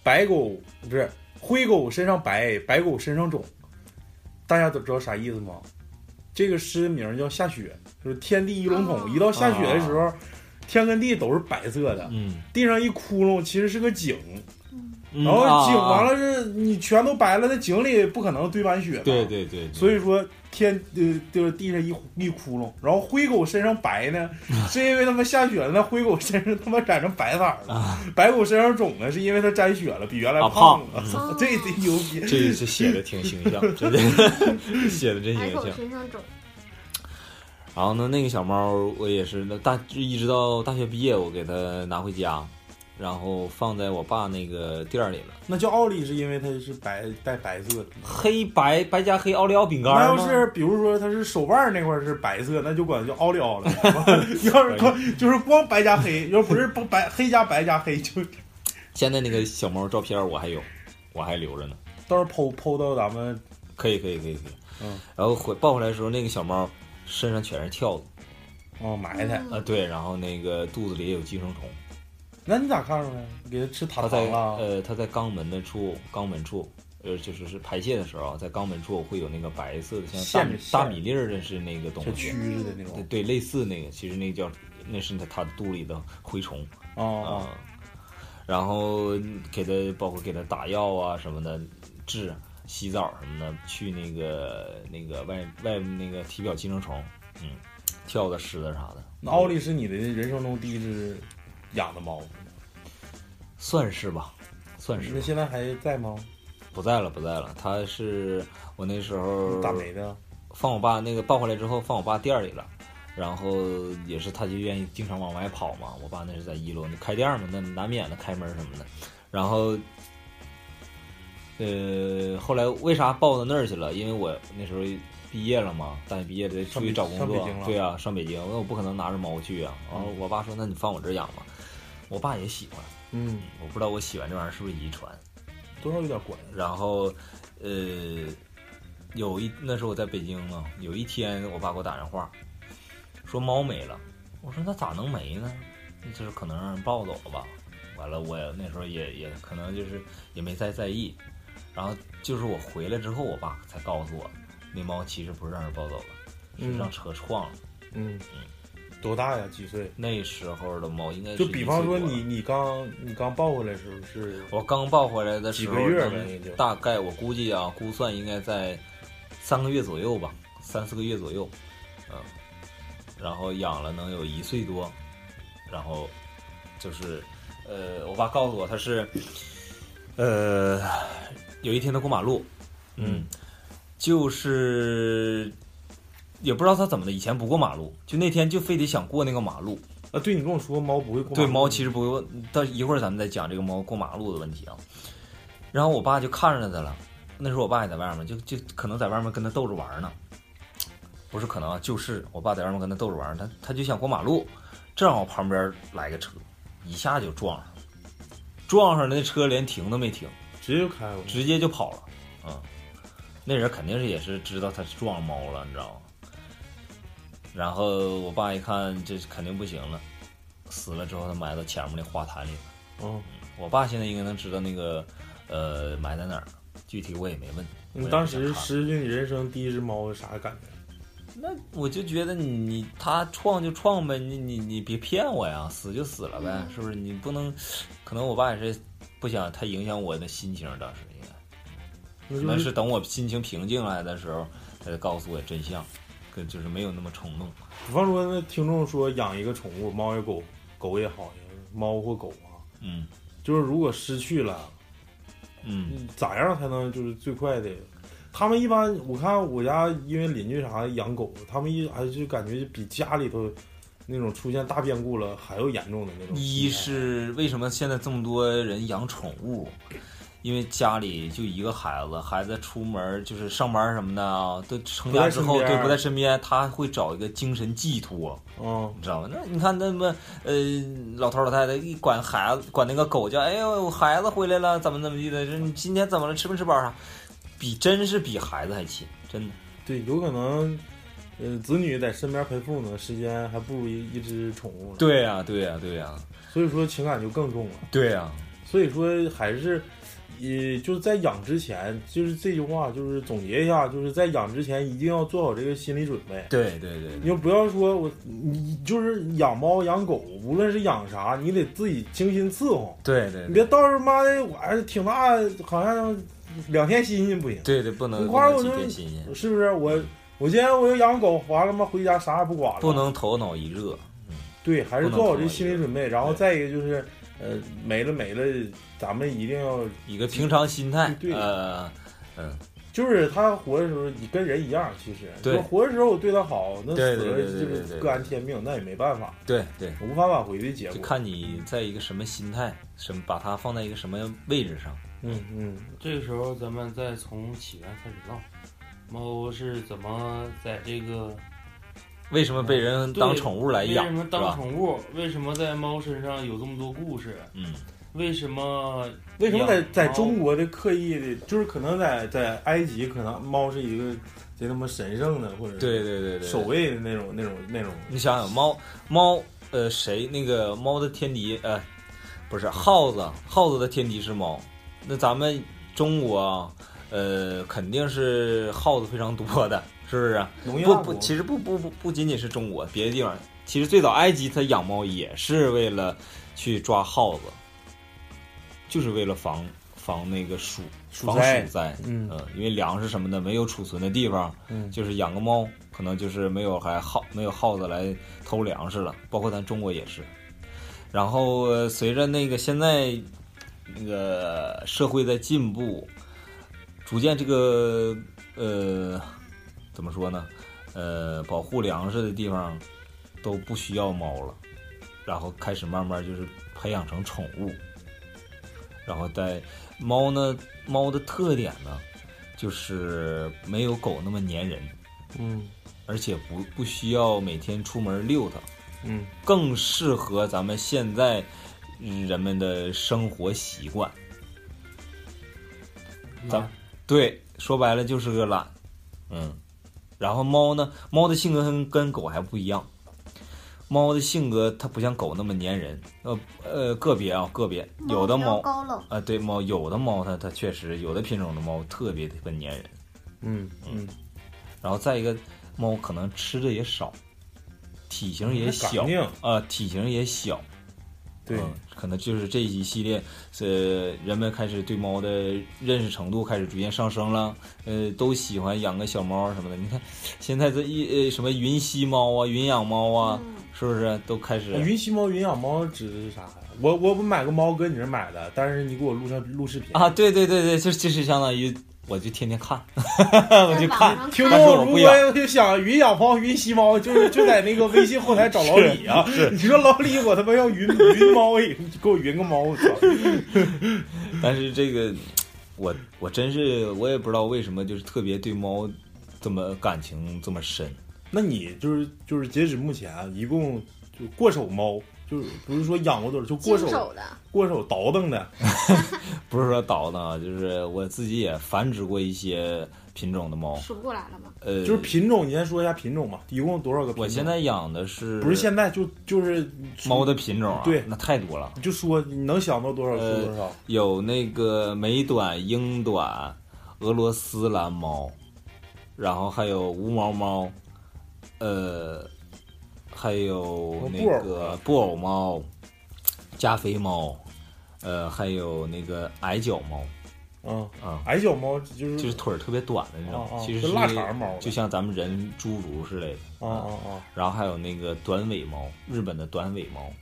Speaker 2: 白狗不是灰狗身上白，白狗身上肿”，大家都知道啥意思吗？这个诗名叫《下雪》，就是天地一笼统，
Speaker 6: 哦
Speaker 2: 一到下雪的时候，天跟地都是白色的，
Speaker 4: 嗯，
Speaker 2: 地上一窟窿其实是个井，
Speaker 4: 嗯
Speaker 2: 然后井
Speaker 4: 啊
Speaker 2: 完了是你全都白了，那井里不可能堆满雪吧。
Speaker 4: 对对对，对
Speaker 2: 所以说天呃就是地上一一窟窿，然后灰狗身上白 呢，是因为他妈下雪了，那灰狗身上他妈染成白色儿了， 白狗身上肿呢，是因为它沾雪了，比原来
Speaker 4: 啊
Speaker 2: 胖了，
Speaker 6: 胖
Speaker 2: 这得牛逼。
Speaker 4: 这这写的挺形象，真的 写的真
Speaker 6: 白
Speaker 4: 形
Speaker 6: 狗
Speaker 4: 象。
Speaker 6: 身上肿。
Speaker 4: 然后呢，那个小猫我也是，那大一直到大学毕业，我给它拿回家，然后放在我爸那个店儿里了。
Speaker 2: 那叫奥利是因为它是白带白色的，
Speaker 4: 黑白白加黑奥利奥饼干
Speaker 2: 那
Speaker 4: 儿
Speaker 2: 要
Speaker 4: 吗
Speaker 2: 是比如说它是手腕儿那块儿是白色，那就管它叫奥利 奥了。要是光就是光白加黑，要不是不白黑加白加黑，就
Speaker 4: 现在那个小猫照片我还有，我还留着呢。
Speaker 2: 到时候剖剖到咱们
Speaker 4: 可以可以可以可以。
Speaker 2: 嗯。
Speaker 4: 然后回抱回来的时候，那个小猫身上全是跳蚤
Speaker 2: 哦埋汰。
Speaker 6: 嗯
Speaker 4: 啊，对，然后那个肚子里也有寄生虫。
Speaker 2: 那你咋看出来？给它吃塔
Speaker 4: 它
Speaker 2: 糖
Speaker 4: 在
Speaker 2: 了？哦
Speaker 4: 呃，它在肛门的处，肛门处，呃，就是是排泄的时候，啊在肛门处会有那个白色的，像大米
Speaker 2: 线
Speaker 4: 大米粒儿的是那个东
Speaker 2: 像
Speaker 4: 西
Speaker 2: 蛆，似的
Speaker 4: 对
Speaker 2: 那种。
Speaker 4: 对，类似那个，其实那叫那是它它肚里的蛔虫啊、
Speaker 2: 哦，
Speaker 4: 然后给它包括给它打药啊什么的治，洗澡什么的，去那个那个外外那个体表寄生虫，嗯，跳的虱子啥的。
Speaker 2: 那奥利是你的人生中第一只养的猫，
Speaker 4: 算是吧，算是啊
Speaker 2: 那现在还在吗？
Speaker 4: 不在了，不在了。他是我那时候
Speaker 2: 打没的，
Speaker 4: 放我爸那个抱回来之后放我爸店儿里了，然后也是他就愿意经常往外跑嘛。我爸那是在一楼，那开店儿嘛，那难免的开门什么的。然后，呃，后来为啥抱到那儿去了？因为我那时候毕业了嘛，大学毕业得出去找工
Speaker 2: 上北上
Speaker 4: 作
Speaker 2: 北京，了
Speaker 4: 对啊，上北京，那我不可能拿着猫去啊。然后我爸说：“那你放我这儿养吧。”我爸也喜欢，
Speaker 2: 嗯，
Speaker 4: 我不知道我喜欢这玩意儿是不是遗传。
Speaker 2: 多少有点关系。
Speaker 4: 然后，呃，有一那时候我在北京嘛，有一天我爸给我打电话，说猫没了。我说那咋能没呢？就是可能让人抱走了吧。完了，我也那时候也也可能就是也没太在意。然后就是我回来之后，我爸才告诉我，那猫其实不是让人抱走了，是让
Speaker 2: 嗯
Speaker 4: 车撞了。
Speaker 2: 嗯，多大呀？几岁？
Speaker 4: 那时候的猫应该是
Speaker 2: 就比方说
Speaker 4: 一岁多了
Speaker 2: 你你刚你刚抱回来时候是
Speaker 4: 我刚抱回来的时候，
Speaker 2: 几个月呗
Speaker 4: 嗯
Speaker 2: 也就
Speaker 4: 大概我估计啊，估算应该在三个月左右吧，三四个月左右，嗯，然后养了能有一岁多，然后就是，呃，我爸告诉我他是，呃，有一天他过马路，嗯，就是也不知道他怎么的，以前不过马路，就那天就非得想过那个马路，
Speaker 2: 啊，对你跟我说猫不会过马路，
Speaker 4: 对，猫其实不会，到一会儿咱们再讲这个猫过马路的问题啊。然后我爸就看着它了，那时候我爸也在外面，就就可能在外面跟它逗着玩儿呢，不是可能啊，就是我爸在外面跟它逗着玩儿，它它就想过马路，正好旁边来个车，一下就撞上了，撞上了那车连停都没停，
Speaker 2: 直接就开了，
Speaker 4: 直接就跑了，嗯，那人肯定是也是知道他是撞猫了，你知道吗？然后我爸一看这肯定不行了，死了之后他埋到前面那花坛里了。
Speaker 2: 嗯，
Speaker 4: 我爸现在应该能知道那个呃埋在哪儿，具体我也没问。我也
Speaker 2: 你
Speaker 4: 没
Speaker 2: 当时
Speaker 4: 想看
Speaker 2: 失去你人生第一只猫是啥感觉？
Speaker 4: 那我就觉得你你他创就创呗，你你你别骗我呀，死就死了呗，
Speaker 6: 嗯
Speaker 4: 是不是？你不能，可能我爸也是不想太影响我的心情，当时应该。
Speaker 2: 那
Speaker 4: 可能
Speaker 2: 就是
Speaker 4: 等我心情平静来的时候，他就告诉我真相，可就是没有那么冲动。
Speaker 2: 比方说那听众说养一个宠物，猫也狗，狗也好，猫或狗啊，
Speaker 4: 嗯
Speaker 2: 就是如果失去了，
Speaker 4: 嗯
Speaker 2: 咋样才能就是最快的？他们一般我看我家因为邻居啥养狗，他们一还就感觉比家里头那种出现大变故了还要严重的那种。
Speaker 4: 一是为什么现在这么多人养宠物？因为家里就一个孩子，孩子出门就是上班什么的啊，都成家之后
Speaker 2: 不在身边
Speaker 4: 对不在身边，他会找一个精神寄托，
Speaker 2: 嗯，
Speaker 4: 你知道吗？那你看那么呃老头老太太一管孩子管那个狗叫，哎呦我孩子回来了，怎么怎么地的，这你今天怎么了，吃没吃饱啥？比真是比孩子还亲，真的。
Speaker 2: 对，有可能，呃，子女在身边陪父母的时间还不如一一只宠物呢。，
Speaker 4: 对呀、啊对呀、对呀、
Speaker 2: 所以说情感就更重了。
Speaker 4: 对啊呀、
Speaker 2: 所以说还是，也就是在养之前，就是这句话就是总结一下，就是在养之前一定要做好这个心理准备。
Speaker 4: 对对对，
Speaker 2: 你就不要说我，你就是养猫养狗，无论是养啥，你得自己精心伺候，
Speaker 4: 对
Speaker 2: 你
Speaker 4: 对
Speaker 2: 别到时候妈的我还是挺大，好像两天心情不行，
Speaker 4: 对对，不能
Speaker 2: 你
Speaker 4: 不
Speaker 2: 夸
Speaker 4: 能
Speaker 2: 我
Speaker 4: 几
Speaker 2: 这
Speaker 4: 天新鲜，
Speaker 2: 是不是？我我今天我要养狗，完了妈回家啥也不管了，
Speaker 4: 不能头脑一热。
Speaker 2: 对，还是
Speaker 4: 不能
Speaker 2: 做好
Speaker 4: 做
Speaker 2: 这
Speaker 4: 一
Speaker 2: 心
Speaker 4: 个
Speaker 2: 理准备。然后
Speaker 4: 对
Speaker 2: 再一个就是，呃，没了没了，咱们一定要，
Speaker 4: 一个平常心态，
Speaker 2: 对
Speaker 4: 呃，
Speaker 2: 就是他活的时候，你跟人一样，其实，
Speaker 4: 对
Speaker 2: 说活的时候我对他好，那死
Speaker 4: 对对
Speaker 2: 了
Speaker 4: 对
Speaker 2: 就
Speaker 4: 对对
Speaker 2: 是
Speaker 4: 对
Speaker 2: 各安天命，那也没办法，
Speaker 4: 对对，
Speaker 2: 无法挽回的结
Speaker 4: 就
Speaker 2: 果。
Speaker 4: 看你在一个什么心态，什么把它放在一个什么位置上。
Speaker 2: 嗯嗯，
Speaker 5: 这个时候，咱们再从起源开始唠，猫是怎么在这个
Speaker 4: 为什么被人
Speaker 5: 对
Speaker 4: 当宠物来养
Speaker 5: 为什，么
Speaker 4: 哎是
Speaker 5: 当
Speaker 4: 吧？
Speaker 5: 宠物？为什么在猫身上有这么多故事？
Speaker 4: 嗯，
Speaker 5: 为什么
Speaker 2: 为什么在
Speaker 5: 养
Speaker 2: 在
Speaker 5: 猫
Speaker 2: 中国的刻意的，就是可能在在埃及，可能猫是一个贼他妈神圣的，或者
Speaker 4: 对对对对。
Speaker 2: 守卫的那种那种那种，
Speaker 4: 你想想，猫猫，呃，谁那个猫的天敌，呃，不是耗子，耗子的天敌是猫。那咱们中国啊，呃，肯定是耗子非常多的，是不啊是？
Speaker 2: 农业
Speaker 4: 不
Speaker 2: 大
Speaker 4: 不，
Speaker 2: 国
Speaker 4: 其实不不不不仅仅是中国，别的地方，其实最早埃及它养猫也是为了去抓耗子，就是为了防防那个鼠
Speaker 2: 鼠
Speaker 4: 防
Speaker 2: 灾
Speaker 4: 鼠灾。
Speaker 5: 嗯
Speaker 4: 嗯，因为粮食什么的没有储存的地方，
Speaker 5: 嗯
Speaker 4: 就是养个猫，可能就是没有还耗没有耗子来偷粮食了，包括咱中国也是。然后呃随着那个现在那个社会在进步，逐渐这个呃怎么说呢？呃，保护粮食的地方都不需要猫了，然后开始慢慢就是培养成宠物，然后在猫呢，猫的特点呢，就是没有狗那么粘人，
Speaker 5: 嗯
Speaker 4: 而且不不需要每天出门遛它，
Speaker 5: 嗯
Speaker 4: 更适合咱们现在人们的生活习惯。咱
Speaker 5: 懒
Speaker 4: 对，说白了就是个懒，嗯。然后猫呢，猫的性格跟跟狗还不一样，猫的性格它不像狗那么粘人，呃呃，个别啊个别，有的
Speaker 7: 比
Speaker 4: 猫
Speaker 7: 较高冷，
Speaker 4: 啊，对猫，有的猫它它确实有的品种的猫特别特别粘人，
Speaker 5: 嗯嗯
Speaker 4: 然后再一个猫可能吃的也少，体型也小
Speaker 2: 干净
Speaker 4: 啊、体型也小，
Speaker 2: 对，
Speaker 4: 嗯可能就是这一系列呃，人们开始对猫的认识程度开始逐渐上升了，呃，都喜欢养个小猫什么的。你看现在这一呃什么云吸猫啊、云养猫啊，
Speaker 6: 嗯
Speaker 4: 是不是都开始？
Speaker 2: 啊云吸猫、云养猫指的是啥呀？我我不买个猫搁你这儿买的，但是你给我录上录视频
Speaker 4: 啊，，对对对对，就就是相当于我就天天看，
Speaker 6: 在
Speaker 4: 我就
Speaker 6: 网
Speaker 4: 看，
Speaker 6: 上
Speaker 2: 听
Speaker 6: 看
Speaker 4: 但是
Speaker 2: 众
Speaker 4: 我
Speaker 2: 如
Speaker 4: 不
Speaker 2: 果
Speaker 4: 养
Speaker 2: 要想云养猫、云吸猫，就是就在那个微信后台找老李啊。你说老李，我他妈要云 云猫，你给我云个猫，我操！
Speaker 4: 但是这个，我我真是我也不知道为什么，就是特别对猫这么感情这么深。
Speaker 2: 那你就是就是截止目前啊，一共就过手猫，就是不是说养过多少，就过
Speaker 6: 经
Speaker 2: 手
Speaker 6: 手的，
Speaker 2: 过手倒腾的，
Speaker 4: 不是说倒腾啊，就是我自己也繁殖过一些品种的猫。
Speaker 6: 数不过来了吗？
Speaker 4: 呃，
Speaker 2: 就是品种，你先说一下品种吧，一共多少个品种？
Speaker 4: 我现在养的是
Speaker 2: 不是现在就就是
Speaker 4: 猫的呃品种啊，
Speaker 2: 对
Speaker 4: 那太多了，
Speaker 2: 你就说你能想到多少说多少。
Speaker 4: 有那个美短、英短、俄罗斯蓝猫，然后还有无毛猫，呃，还有那个布偶猫、加菲猫，呃，还有那个矮脚猫
Speaker 2: 嗯，
Speaker 4: 啊、
Speaker 2: 矮脚猫就是
Speaker 4: 就是腿儿特别短的那种，
Speaker 2: 啊啊
Speaker 4: 其实
Speaker 2: 就是腊肠猫呗
Speaker 4: 就像咱们人侏儒之类的。
Speaker 2: 啊啊啊！
Speaker 4: 然后还有那个短尾猫，日本的短尾猫，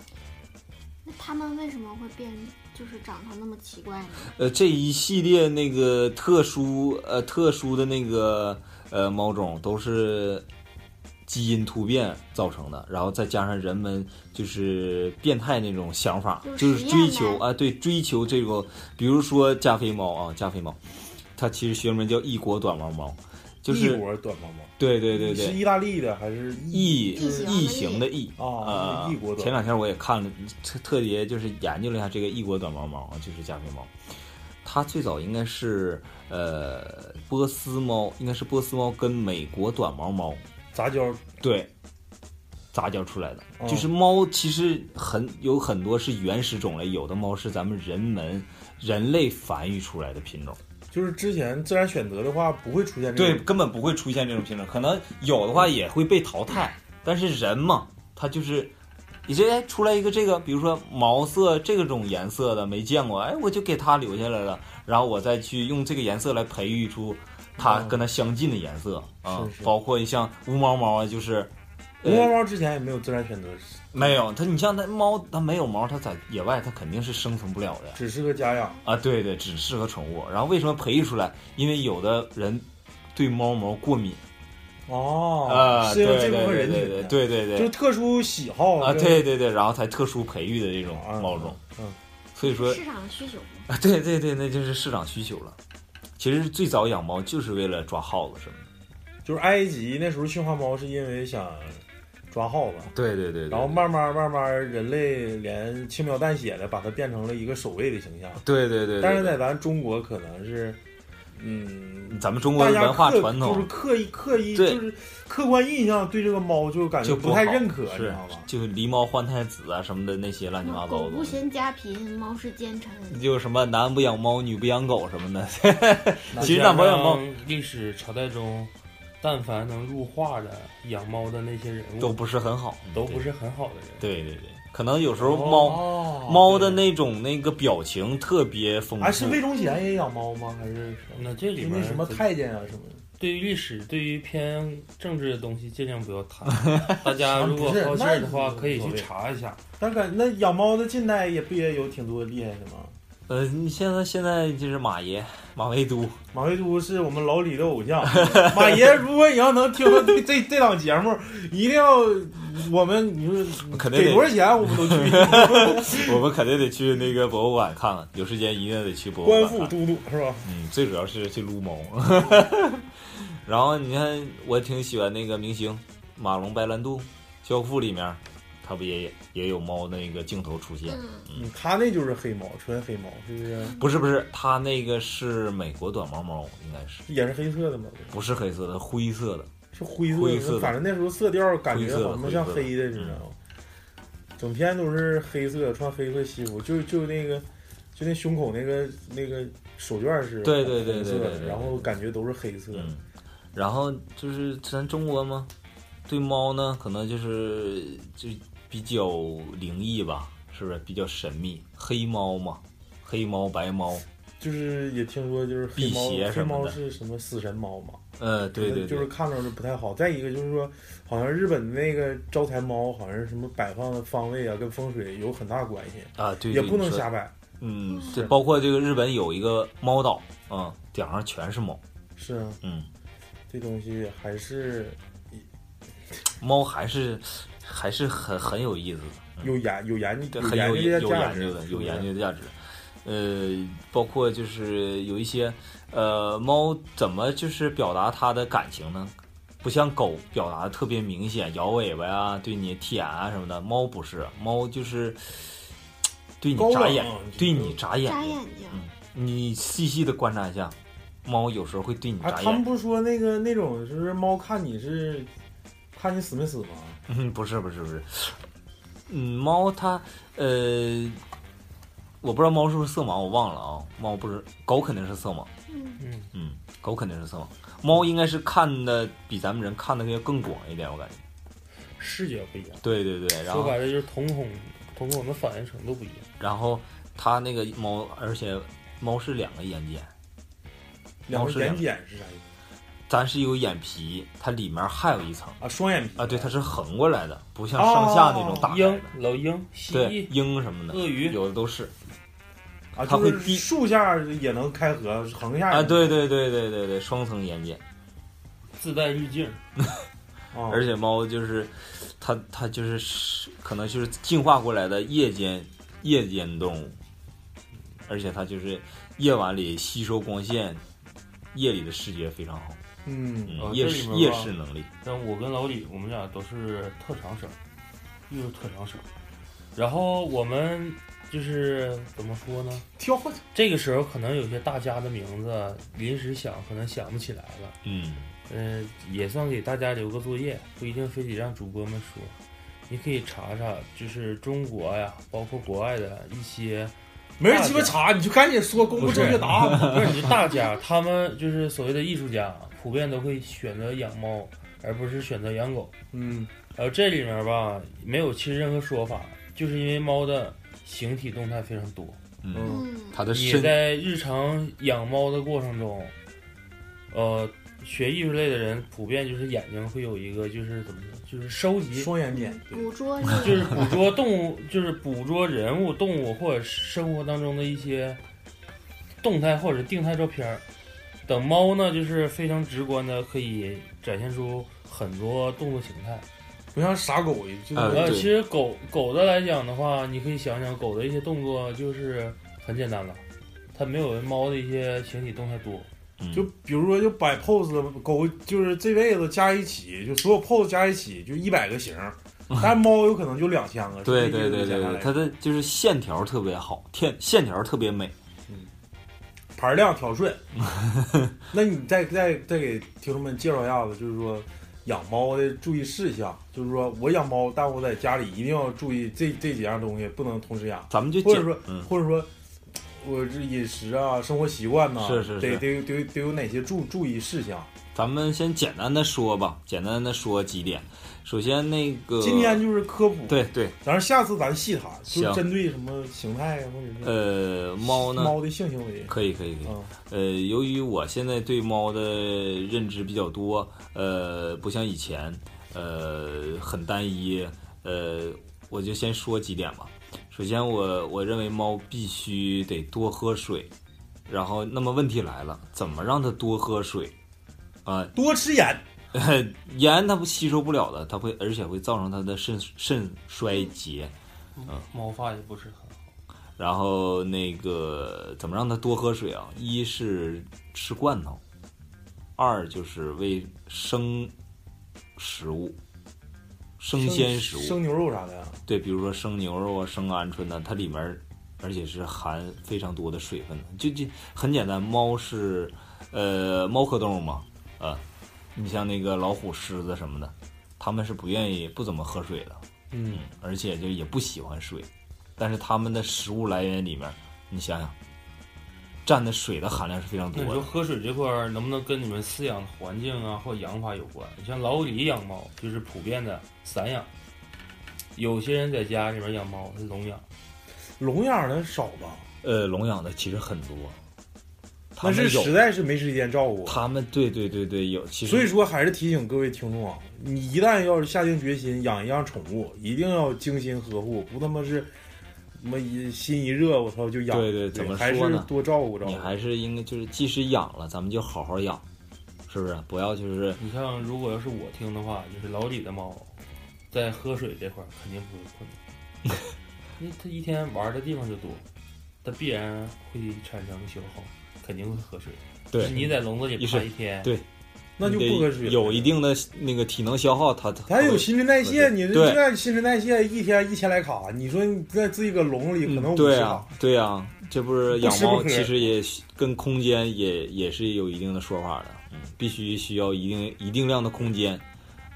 Speaker 6: 那他们为什么会变，就是长成那么奇怪呢？
Speaker 4: 呃，这一系列那个特殊呃特殊的那个呃猫种都是基因突变造成的，然后再加上人们就是变态那种想法，就
Speaker 6: 就是实验
Speaker 4: 追
Speaker 6: 呗
Speaker 4: 求啊、对，追求这个，比如说加菲猫啊，加菲猫，它其实学名叫异国短毛猫，就
Speaker 2: 异
Speaker 4: 是
Speaker 2: 国短毛猫，
Speaker 4: 对对对
Speaker 2: 是
Speaker 4: 对，
Speaker 2: 意大利的还是
Speaker 4: 异
Speaker 6: 就是
Speaker 4: 异
Speaker 6: 异
Speaker 4: 形
Speaker 6: 形
Speaker 4: 的
Speaker 6: 的
Speaker 4: 异
Speaker 2: 啊？
Speaker 4: 啊
Speaker 2: 异国
Speaker 4: 前
Speaker 2: 短
Speaker 4: 两天我也看了，特特别就是研究了一下这个异国短毛猫啊，就是加菲猫。它最早应该是呃波斯猫，应该是波斯猫跟美国短毛猫
Speaker 2: 杂交
Speaker 4: 对杂交出来的。
Speaker 2: 哦
Speaker 4: 就是猫其实很有很多是原始种类，有的猫是咱们人们人类繁育出来的品种，
Speaker 2: 就是之前自然选择的话，不会出现这
Speaker 4: 对，
Speaker 2: 种。
Speaker 4: 根本不会出现这种品种，可能有的话也会被淘汰。但是人嘛，他就是，你这哎出来一个这个，比如说毛色这种颜色的没见过，哎，我就给它留下来了，然后我再去用这个颜色来培育出它
Speaker 2: 嗯
Speaker 4: 跟它相近的颜色啊，
Speaker 2: 是是
Speaker 4: 包括像无毛猫啊，就是。
Speaker 2: 无毛
Speaker 4: 呃，
Speaker 2: 猫之前也没有自然选择，
Speaker 4: 没有它，你像它猫，它没有毛，它在野外它肯定是生存不了的呀。
Speaker 2: 只适合家养。
Speaker 4: 啊，对对，只适合宠物。然后为什么培育出来？因为有的人对猫毛过敏，
Speaker 2: 哦，
Speaker 4: 啊，对
Speaker 2: 适应
Speaker 4: 对
Speaker 2: 这部分人群
Speaker 4: 对
Speaker 2: 的，
Speaker 4: 对对对
Speaker 2: 就
Speaker 4: 对
Speaker 2: 是特殊喜好
Speaker 4: 啊，对对对，然后才特殊培育的这种
Speaker 2: 嗯
Speaker 4: 猫种，
Speaker 2: 嗯，
Speaker 4: 所以说
Speaker 6: 市场的需求吗？
Speaker 4: 啊，对对对，那就是市场需求了。其实最早养猫就是为了抓耗子什么的，
Speaker 2: 就是埃及那时候驯化猫是因为想抓耗子，
Speaker 4: 对对对，对
Speaker 2: 然后慢慢慢慢人类连轻描淡写的把它变成了一个守卫的形象，
Speaker 4: 对对对，对
Speaker 2: 但是
Speaker 4: 对
Speaker 2: 在咱中国可能是，嗯，
Speaker 4: 咱们中国
Speaker 2: 大
Speaker 4: 的
Speaker 2: 家
Speaker 4: 文化
Speaker 2: 刻
Speaker 4: 传
Speaker 2: 就是
Speaker 4: 统
Speaker 2: 刻意刻意
Speaker 4: 对
Speaker 2: 就是客观印象对这个猫就感觉
Speaker 4: 就不
Speaker 2: 太
Speaker 4: 好
Speaker 2: 认可，你知
Speaker 4: 是
Speaker 2: 道吧？
Speaker 4: 就是狸猫换太子啊什么的那些乱七八糟
Speaker 6: 狗
Speaker 4: 的
Speaker 6: 不
Speaker 4: 东西。嗯
Speaker 6: 嫌家贫，猫是奸臣。
Speaker 4: 就什么男不养猫，女不养狗什么的，其实
Speaker 5: 那
Speaker 4: 咱不养猫
Speaker 5: 历史朝代中，但凡能入画的养猫的那些人物，
Speaker 4: 都不是很好，
Speaker 5: 都不是很好的人。
Speaker 4: 对对对，可能有时候猫、
Speaker 2: 哦
Speaker 4: 猫的那种那个表情特别丰富。
Speaker 2: 啊，是魏忠贤也养猫吗？还是
Speaker 5: 那这里
Speaker 2: 因
Speaker 5: 面
Speaker 2: 为什么太监啊什么的？
Speaker 5: 对于历史、对于偏政治的东西，尽量不要 谈。大家
Speaker 2: 啊
Speaker 5: 如果
Speaker 2: 不是
Speaker 5: 好奇
Speaker 2: 那
Speaker 5: 儿的话，
Speaker 2: 无
Speaker 5: 可以
Speaker 2: 所
Speaker 5: 去
Speaker 2: 谓
Speaker 5: 查一下。
Speaker 2: 但感那养猫的近代也不也有挺多厉害的吗？
Speaker 4: 呃，你现在现在就是马爷马未都，
Speaker 2: 马未都是我们老李的 偶像，马爷，如果你要能听到这这这档节目，一定要我们你说
Speaker 4: 肯定
Speaker 2: 给
Speaker 4: 得
Speaker 2: 多少钱我们都 去，
Speaker 4: 我们肯定得去那个博物馆看看，有时间一定得去博物
Speaker 2: 官
Speaker 4: 馆
Speaker 2: 复
Speaker 4: 看。
Speaker 2: 都督是吧？
Speaker 4: 嗯，最主要是去撸猫。 然后你看，我挺喜欢那个明星马龙白兰度，《教父》里面，他不也也有猫那个镜头出现？
Speaker 6: 嗯，
Speaker 2: 嗯，他那就是黑猫，纯黑猫，是不是？
Speaker 4: 不是不是，他那个是美国短毛猫，应该是
Speaker 2: 也是黑色的吗？
Speaker 4: 不是黑色的，灰色的。
Speaker 2: 是灰色
Speaker 4: 灰色的
Speaker 2: 反正那时候色调感
Speaker 4: 灰
Speaker 2: 觉
Speaker 4: 色的
Speaker 2: 好像像黑的
Speaker 4: 灰
Speaker 2: 似
Speaker 4: 色
Speaker 2: 的
Speaker 4: 的
Speaker 2: 啊，整天都是黑色，穿黑色西服，就就那个就那胸口那个那个手绢是
Speaker 4: 对对对
Speaker 2: 红
Speaker 4: 对
Speaker 2: 色
Speaker 4: 对
Speaker 2: 的
Speaker 4: 对对
Speaker 2: 然后感觉都是黑色的。
Speaker 4: 嗯，然后就是咱中国嘛，对猫呢，可能就是就比较灵异吧，是不是比较神秘？黑猫嘛，黑猫白猫，
Speaker 2: 就是也听说就是黑猫，
Speaker 4: 辟邪
Speaker 2: 黑
Speaker 4: 什么
Speaker 2: 猫
Speaker 4: 的
Speaker 2: 是什么死神猫嘛？
Speaker 4: 呃，对对
Speaker 2: 就是
Speaker 4: 对，
Speaker 2: 看着就不太好。再一个就是说，好像日本的那个招财猫，好像是什么摆放的方位啊，跟风水有很大关系，
Speaker 4: 啊，对，
Speaker 2: 也
Speaker 4: 对
Speaker 2: 不能，
Speaker 4: 你说
Speaker 2: 瞎摆。
Speaker 4: 嗯，
Speaker 2: 是
Speaker 4: 对，包括这个日本有一个猫岛啊，顶上全是猫，
Speaker 2: 是啊，
Speaker 4: 嗯，
Speaker 2: 这东西还是
Speaker 4: 猫嗯还是还是很很有意思的。
Speaker 2: 有研有研
Speaker 4: 对，
Speaker 2: 究
Speaker 4: 很
Speaker 2: 研
Speaker 4: 有
Speaker 2: 究的
Speaker 4: 有
Speaker 2: 价
Speaker 4: 研
Speaker 2: 值
Speaker 4: 究的，有
Speaker 2: 是不是
Speaker 4: 研究的价值。呃，包括就是有一些呃，猫怎么就是表达它的感情呢？不像狗表达的特别明显，摇尾巴呀、对你舔啊什么的，猫不是，猫就是对你
Speaker 2: 高
Speaker 4: 眨
Speaker 2: 冷
Speaker 4: 眼
Speaker 2: 啊，
Speaker 4: 对你眨眼
Speaker 6: 眨
Speaker 4: 睛，
Speaker 6: 眼睛，
Speaker 4: 你细细的观察一下，猫有时候会对你
Speaker 2: 啊，
Speaker 4: 眨
Speaker 2: 他们
Speaker 4: 眼。
Speaker 2: 不是说那个那种就是猫看你是看你死没死吗？
Speaker 4: 嗯，不是不是不是，嗯，猫它呃，我不知道猫是不是色盲，我忘了啊。猫不是，狗肯定是色盲，
Speaker 6: 嗯，
Speaker 5: 嗯，
Speaker 4: 嗯，狗肯定是色盲，猫应该是看的比咱们人看的要更广一点，我感觉。
Speaker 5: 视觉不一样，
Speaker 4: 对对对，然后
Speaker 5: 说白了就是瞳孔瞳孔的反应程度不一样。
Speaker 4: 然后它那个猫，而且猫是两个眼睑，
Speaker 2: 两
Speaker 4: 猫
Speaker 2: 个
Speaker 4: 是
Speaker 2: 眼
Speaker 4: 两
Speaker 2: 睑是啥意思
Speaker 4: 咱是有眼皮，它里面还有一层
Speaker 2: 啊？双眼皮
Speaker 4: 啊，对，它是横过来的，不像上下那种打开的。
Speaker 5: 哦鹰、老鹰、蜥
Speaker 4: 对
Speaker 5: 蜴、
Speaker 4: 鹰什么的，
Speaker 5: 鳄鱼
Speaker 4: 有的都是
Speaker 2: 啊，
Speaker 4: 它
Speaker 2: 就
Speaker 4: 会
Speaker 2: 是
Speaker 4: 低
Speaker 2: 竖下也能开合，横下也
Speaker 4: 啊，
Speaker 2: 能
Speaker 4: 对对对对对对，双层眼睑。
Speaker 5: 自带滤镜，
Speaker 2: 啊，
Speaker 4: 而且猫就是，它它就是可能就是进化过来的夜间夜间动物，而且它就是夜晚里吸收光线，夜里的视觉非常好，
Speaker 2: 嗯，
Speaker 5: 哦
Speaker 4: 嗯，夜
Speaker 5: 这里
Speaker 4: 视
Speaker 5: 面吧
Speaker 4: 夜视能力，
Speaker 5: 但我跟老李，我们俩都是特长生，又是特长生。然后我们就是怎么说呢？
Speaker 2: 挑
Speaker 5: 这个时候可能有些大家的名字临时想，可能想不起来了。
Speaker 4: 嗯，
Speaker 5: 嗯、也算给大家留个作业，不一定非得让主播们说。你可以查查，就是中国呀，包括国外的一些，
Speaker 2: 没人鸡巴查，你就赶紧说公布正确答案。
Speaker 5: 不是你就大家，他们就是所谓的艺术家，普遍都会选择养猫，而不是选择养狗。
Speaker 2: 嗯，
Speaker 5: 然后这里面吧，没有其实任何说法，就是因为猫的形体动态非常多。
Speaker 4: 嗯，
Speaker 2: 嗯
Speaker 6: 嗯，
Speaker 4: 它的
Speaker 5: 你
Speaker 4: 身
Speaker 5: 在日常养猫的过程中，呃，学艺术类的人普遍就是眼睛会有一个就是怎么说，就是收集，
Speaker 2: 双眼睑，
Speaker 6: 嗯捕捉
Speaker 5: 就
Speaker 6: 这
Speaker 5: 是
Speaker 6: 个
Speaker 5: 捕捉动物，就是捕捉人物、动物或者生活当中的一些动态或者定态照片儿。等猫呢，就是非常直观的可以展现出很多动作形态。
Speaker 2: 不像傻狗一样，就是
Speaker 4: 啊
Speaker 5: 呃，
Speaker 4: 对
Speaker 5: 其实狗狗的来讲的话，你可以想想狗的一些动作就是很简单了，它没有猫的一些形体动态多。
Speaker 4: 嗯
Speaker 2: 就比如说就摆 pose，狗就是这辈子加一起，就所有 pose 加一起就一百个型 儿，但猫有可能就两千个。
Speaker 4: 对
Speaker 2: 是这
Speaker 4: 对
Speaker 2: 意思
Speaker 4: 对对
Speaker 2: 简单
Speaker 4: 对，
Speaker 2: 来
Speaker 4: 它
Speaker 2: 说
Speaker 4: 的就是线条特别好，线线条特别美，
Speaker 2: 盘量 调顺。那你再再再给听众们介绍一下子，就是说养猫的注意事项，就是说我养猫，但我在家里一定要注意这这几样东西，不能同时养。
Speaker 4: 咱们就
Speaker 2: 或者
Speaker 4: 简
Speaker 2: 说，
Speaker 4: 嗯
Speaker 2: 或者说，我这饮食啊，生活习惯呐、
Speaker 4: 是是是
Speaker 2: 得得得得有哪些注注意事项？
Speaker 4: 咱们先简单的说吧，简单的说几点。首先那个
Speaker 2: 今天就是科普，，
Speaker 4: 呃对对，
Speaker 2: 咱们下次咱细谈，就是
Speaker 4: 行
Speaker 2: 针对什么形态啊，或者是
Speaker 4: 呃，猫呢？
Speaker 2: 猫的性行为
Speaker 4: 可以可以可以。
Speaker 2: 啊，
Speaker 4: 呃，由于我现在对猫的认知比较多，呃，不像以前，呃，很单一，呃，我就先说几点吧。首先我我认为猫必须得多喝水，然后那么问题来了，怎么让它多喝水？啊、
Speaker 2: 多吃盐，
Speaker 4: 盐它不吸收不了的，它会而且会造成它的肾肾衰竭。
Speaker 5: 毛发也不是很好，
Speaker 4: 然后那个怎么让它多喝水啊？一是吃罐头，二就是喂生食物、生鲜食物，
Speaker 2: 生牛肉啥的呀，
Speaker 4: 对，比如说生牛肉啊、生鹌鹑呐、它里面儿而且是含非常多的水分的。就就很简单，猫是呃猫科动物嘛，呃，你像那个老虎、狮子什么的，它们是不愿意不怎么喝水的。
Speaker 2: 嗯，
Speaker 4: 而且就也不喜欢水，但是它们的食物来源里面，你想想，占的水的含量是非常
Speaker 5: 那
Speaker 4: 多
Speaker 5: 你说
Speaker 4: 的。
Speaker 5: 喝水这块儿能不能跟你们饲养的环境啊或养法有关？你像老李养猫就是普遍的散养，有些人在家里面养猫是笼养，
Speaker 2: 笼养的少吧？
Speaker 4: 呃，笼养的其实很多，它
Speaker 2: 那
Speaker 4: 们
Speaker 2: 是
Speaker 4: 有
Speaker 2: 实，在是没时间照顾，啊
Speaker 4: 它们对对对对有，其实
Speaker 2: 所以说还是提醒各位听众啊，你一旦要是下定决心养一样宠物，一定要精心呵护，不他妈是什么一心一热，我操就养。
Speaker 4: 对对怎么
Speaker 2: 还
Speaker 4: 说
Speaker 2: 是
Speaker 4: 呢
Speaker 2: 多照顾照
Speaker 4: 你
Speaker 2: 顾。
Speaker 4: 还是应该就是即使养了，咱们就好好养，是不是？不要就是
Speaker 5: 你像如果要是我听的话，就是老李的猫，在喝水这块儿肯定不会困难， 因为它一天玩儿的地方就多，它必然会产生消耗，肯定会喝水。
Speaker 4: 对
Speaker 5: 是你在笼子里
Speaker 4: 一是
Speaker 5: 趴一天，
Speaker 4: 对
Speaker 2: 那就
Speaker 4: 你得
Speaker 2: 不喝水了
Speaker 4: 有一定的那个体能消耗，它
Speaker 2: 咱有新陈代谢，
Speaker 4: 对
Speaker 2: 你这
Speaker 4: 对
Speaker 2: 这新陈代谢一天一千来卡，你说你在自己搁笼里可能五
Speaker 4: 嗯对啊
Speaker 2: 十
Speaker 4: 呀
Speaker 2: 卡，，
Speaker 4: 对呀，这不是
Speaker 2: 不
Speaker 4: 养
Speaker 2: 吃不
Speaker 4: 猫
Speaker 2: 喝
Speaker 4: 其实也跟空间也也是有一定的说法的，嗯，必须需要一定一定量的空间，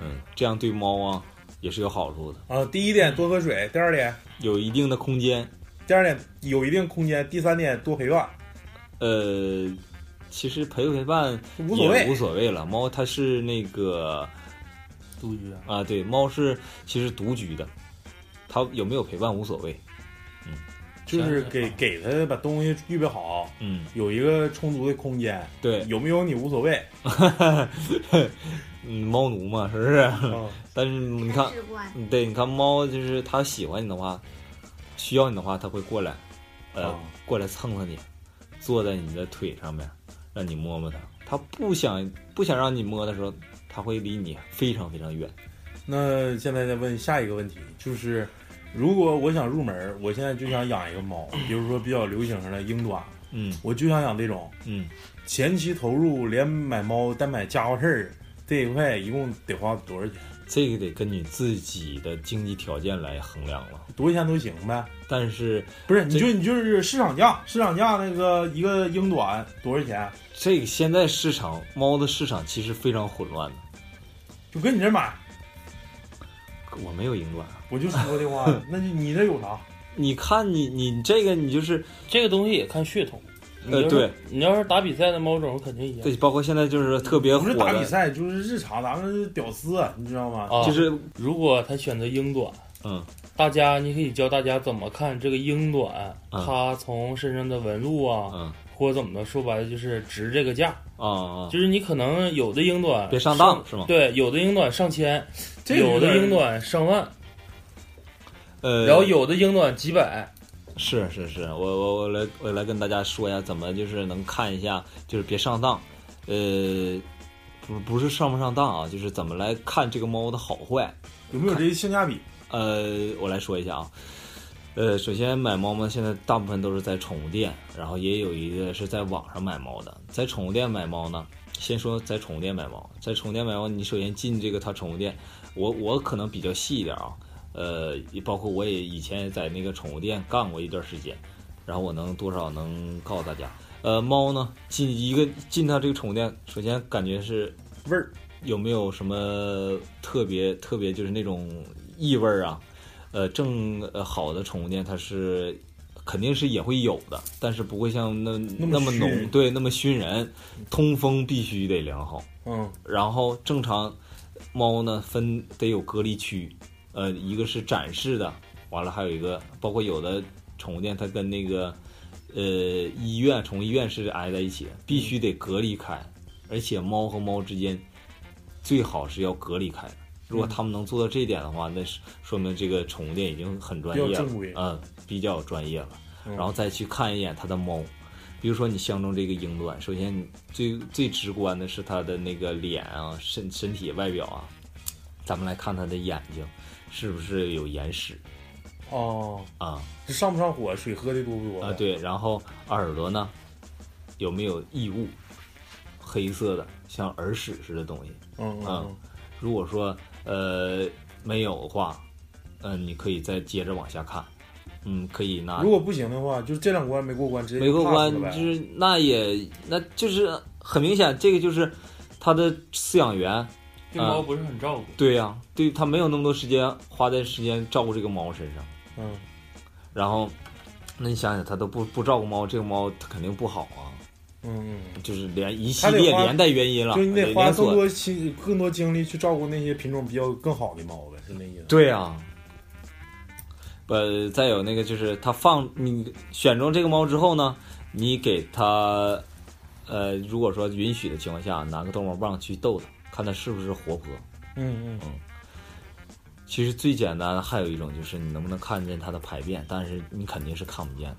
Speaker 4: 嗯，这样对猫啊也是有好处的，
Speaker 2: 啊，第一点多喝水，第二点
Speaker 4: 有一定的空间，
Speaker 2: 第二点有一定空间，第三点多陪伴，
Speaker 4: 呃，其实陪不陪伴
Speaker 2: 无所
Speaker 4: 也无
Speaker 2: 谓。
Speaker 4: 所谓了，猫它是那个
Speaker 5: 杜鹃
Speaker 4: 啊，对，猫是其实独居的，它有没有陪伴无所谓，
Speaker 2: 就是给
Speaker 4: 啊
Speaker 2: 给他把东西预备好，
Speaker 4: 嗯，
Speaker 2: 有一个充足的空间，
Speaker 4: 对，
Speaker 2: 有没有你无所 谓。
Speaker 4: 嗯，猫奴嘛，是不是？
Speaker 2: 啊。
Speaker 4: 但是你看
Speaker 6: 看。直观，
Speaker 4: 嗯，对，你看猫就是它喜欢你的话，需要你的话，它会过来，呃，
Speaker 2: 啊
Speaker 4: 过来蹭蹭你，坐在你的腿上面，让你摸摸它。它不想不想让你摸的时候，它会离你非常非常远。
Speaker 2: 那现在再问下一个问题，就是如果我想入门，我现在就想养一个猫，比如说比较流行的英短，
Speaker 4: 嗯
Speaker 2: 我就想养这种。
Speaker 4: 嗯，
Speaker 2: 前期投入连买猫带买家伙事儿这一块，一共得花多少钱？
Speaker 4: 这个得根据自己的经济条件来衡量了。
Speaker 2: 多少钱都行呗。
Speaker 4: 但是
Speaker 2: 不是，你
Speaker 4: 这
Speaker 2: 就你就是市场价，市场价那个一个英短多少钱？
Speaker 4: 这个现在市场猫的市场其实非常混乱的。
Speaker 2: 就跟你这买，
Speaker 4: 我没有英短啊，
Speaker 2: 我就说 的话，那就你这有啥？
Speaker 4: 你看你你这个你就是
Speaker 5: 这个东西也看血统。你
Speaker 4: 呃
Speaker 5: 要是
Speaker 4: 对，
Speaker 5: 你要是打比赛的猫种肯定一样。
Speaker 4: 对，包括现在就是特别
Speaker 2: 不
Speaker 4: 火
Speaker 2: 是打比
Speaker 4: 的，
Speaker 2: 赛，就是日常咱们屌丝，你知道吗？
Speaker 5: 啊，
Speaker 4: 就是
Speaker 5: 如果他选择英短，
Speaker 4: 嗯。
Speaker 5: 大家你可以教大家怎么看这个英短，
Speaker 4: 嗯
Speaker 5: 它从身上的纹路啊，
Speaker 4: 嗯
Speaker 5: 或者怎么的，说白了就是值这个价。
Speaker 4: 啊啊，
Speaker 5: 就是你可能有的英短
Speaker 4: 别上当是吗
Speaker 5: 对，有的英短上千，
Speaker 2: 这个
Speaker 5: 有的
Speaker 2: 点
Speaker 5: 英短上万，
Speaker 4: 呃，
Speaker 5: 然后有的英短几百。
Speaker 4: 是是是，我我我来我来跟大家说一下，怎么就是能看一下，就是别上当，呃，不不是上不上当啊，就是怎么来看这个猫的好坏。
Speaker 2: 有没有这个性价比？
Speaker 4: 呃，我来说一下啊，呃，首先买猫嘛，现在大部分都是在宠物店，然后也有一个是在网上买猫的。在宠物店买猫呢，先说在宠物店买猫，在宠物店买猫，你首先进这个它宠物店，我我可能比较细一点啊，呃，也包括我也以前也在那个宠物店干过一段时间，然后我能多少能告诉大家，呃，猫呢进一个进它这个宠物店，首先感觉是
Speaker 2: 味儿
Speaker 4: 有没有什么特别特别就是那种异味儿啊？呃，正呃好的宠物店它是肯定是也会有的，但是不会像那
Speaker 2: 那么
Speaker 4: 那么
Speaker 2: 熏
Speaker 4: 浓，对，那么熏人，通风必须得良好。
Speaker 2: 嗯
Speaker 4: 然后正常猫呢分得有隔离区，呃，一个是展示的，完了还有一个包括有的宠物店它跟那个呃医院宠物医院是挨在一起的，必须得隔离开，而且猫和猫之间最好是要隔离开的。如
Speaker 2: 嗯
Speaker 4: 果他们能做到这一点的话，那是说明这个宠物店已经很专业
Speaker 2: 比较
Speaker 4: 了
Speaker 2: 正规，
Speaker 4: 嗯，比较专业了。
Speaker 2: 嗯
Speaker 4: 然后再去看一眼它的猫，比如说你相中这个英短，首先你最最直观的是它的那个脸啊、身身体外表啊，咱们来看它的眼睛是不是有眼屎
Speaker 2: 哦，
Speaker 4: 啊
Speaker 2: 这上不上火，水喝的多不多
Speaker 4: 啊对，然后耳朵呢有没有异物，黑色的像耳屎似的东西，
Speaker 2: 嗯
Speaker 4: 啊
Speaker 2: 嗯
Speaker 4: 如果说呃没有的话，嗯、你可以再接着往下看，嗯，可以拿
Speaker 2: 嗯，如果不行的话，就是这两关没过关，直接
Speaker 4: 没过
Speaker 2: pass
Speaker 4: 关
Speaker 2: 了，呗
Speaker 4: 就是那也那就是很明显，这个就是他的饲养员，
Speaker 5: 对猫不是很照顾，
Speaker 4: 对呀、对他没有那么多时间花在时间照顾这个猫身上，
Speaker 2: 嗯
Speaker 4: 然后那你想想，他都不不照顾猫，这个猫它肯定不好啊，
Speaker 2: 嗯
Speaker 4: 就是连一系
Speaker 2: 他得
Speaker 4: 列
Speaker 2: 花
Speaker 4: 连带原因
Speaker 2: 嗯，
Speaker 4: 了，
Speaker 2: 就是你得花
Speaker 4: 连
Speaker 2: 更
Speaker 4: 锁
Speaker 2: 多心更多精力去照顾那些品种比较更好的猫呗，是那意思。
Speaker 4: 对啊，呃，再有那个就是他放你选中这个猫之后呢，你给它，呃，如果说允许的情况下，拿个逗猫棒去逗它，看它是不是活泼。
Speaker 2: 嗯嗯
Speaker 4: 其实最简单的还有一种就是你能不能看见它的排便，但是你肯定是看不见的。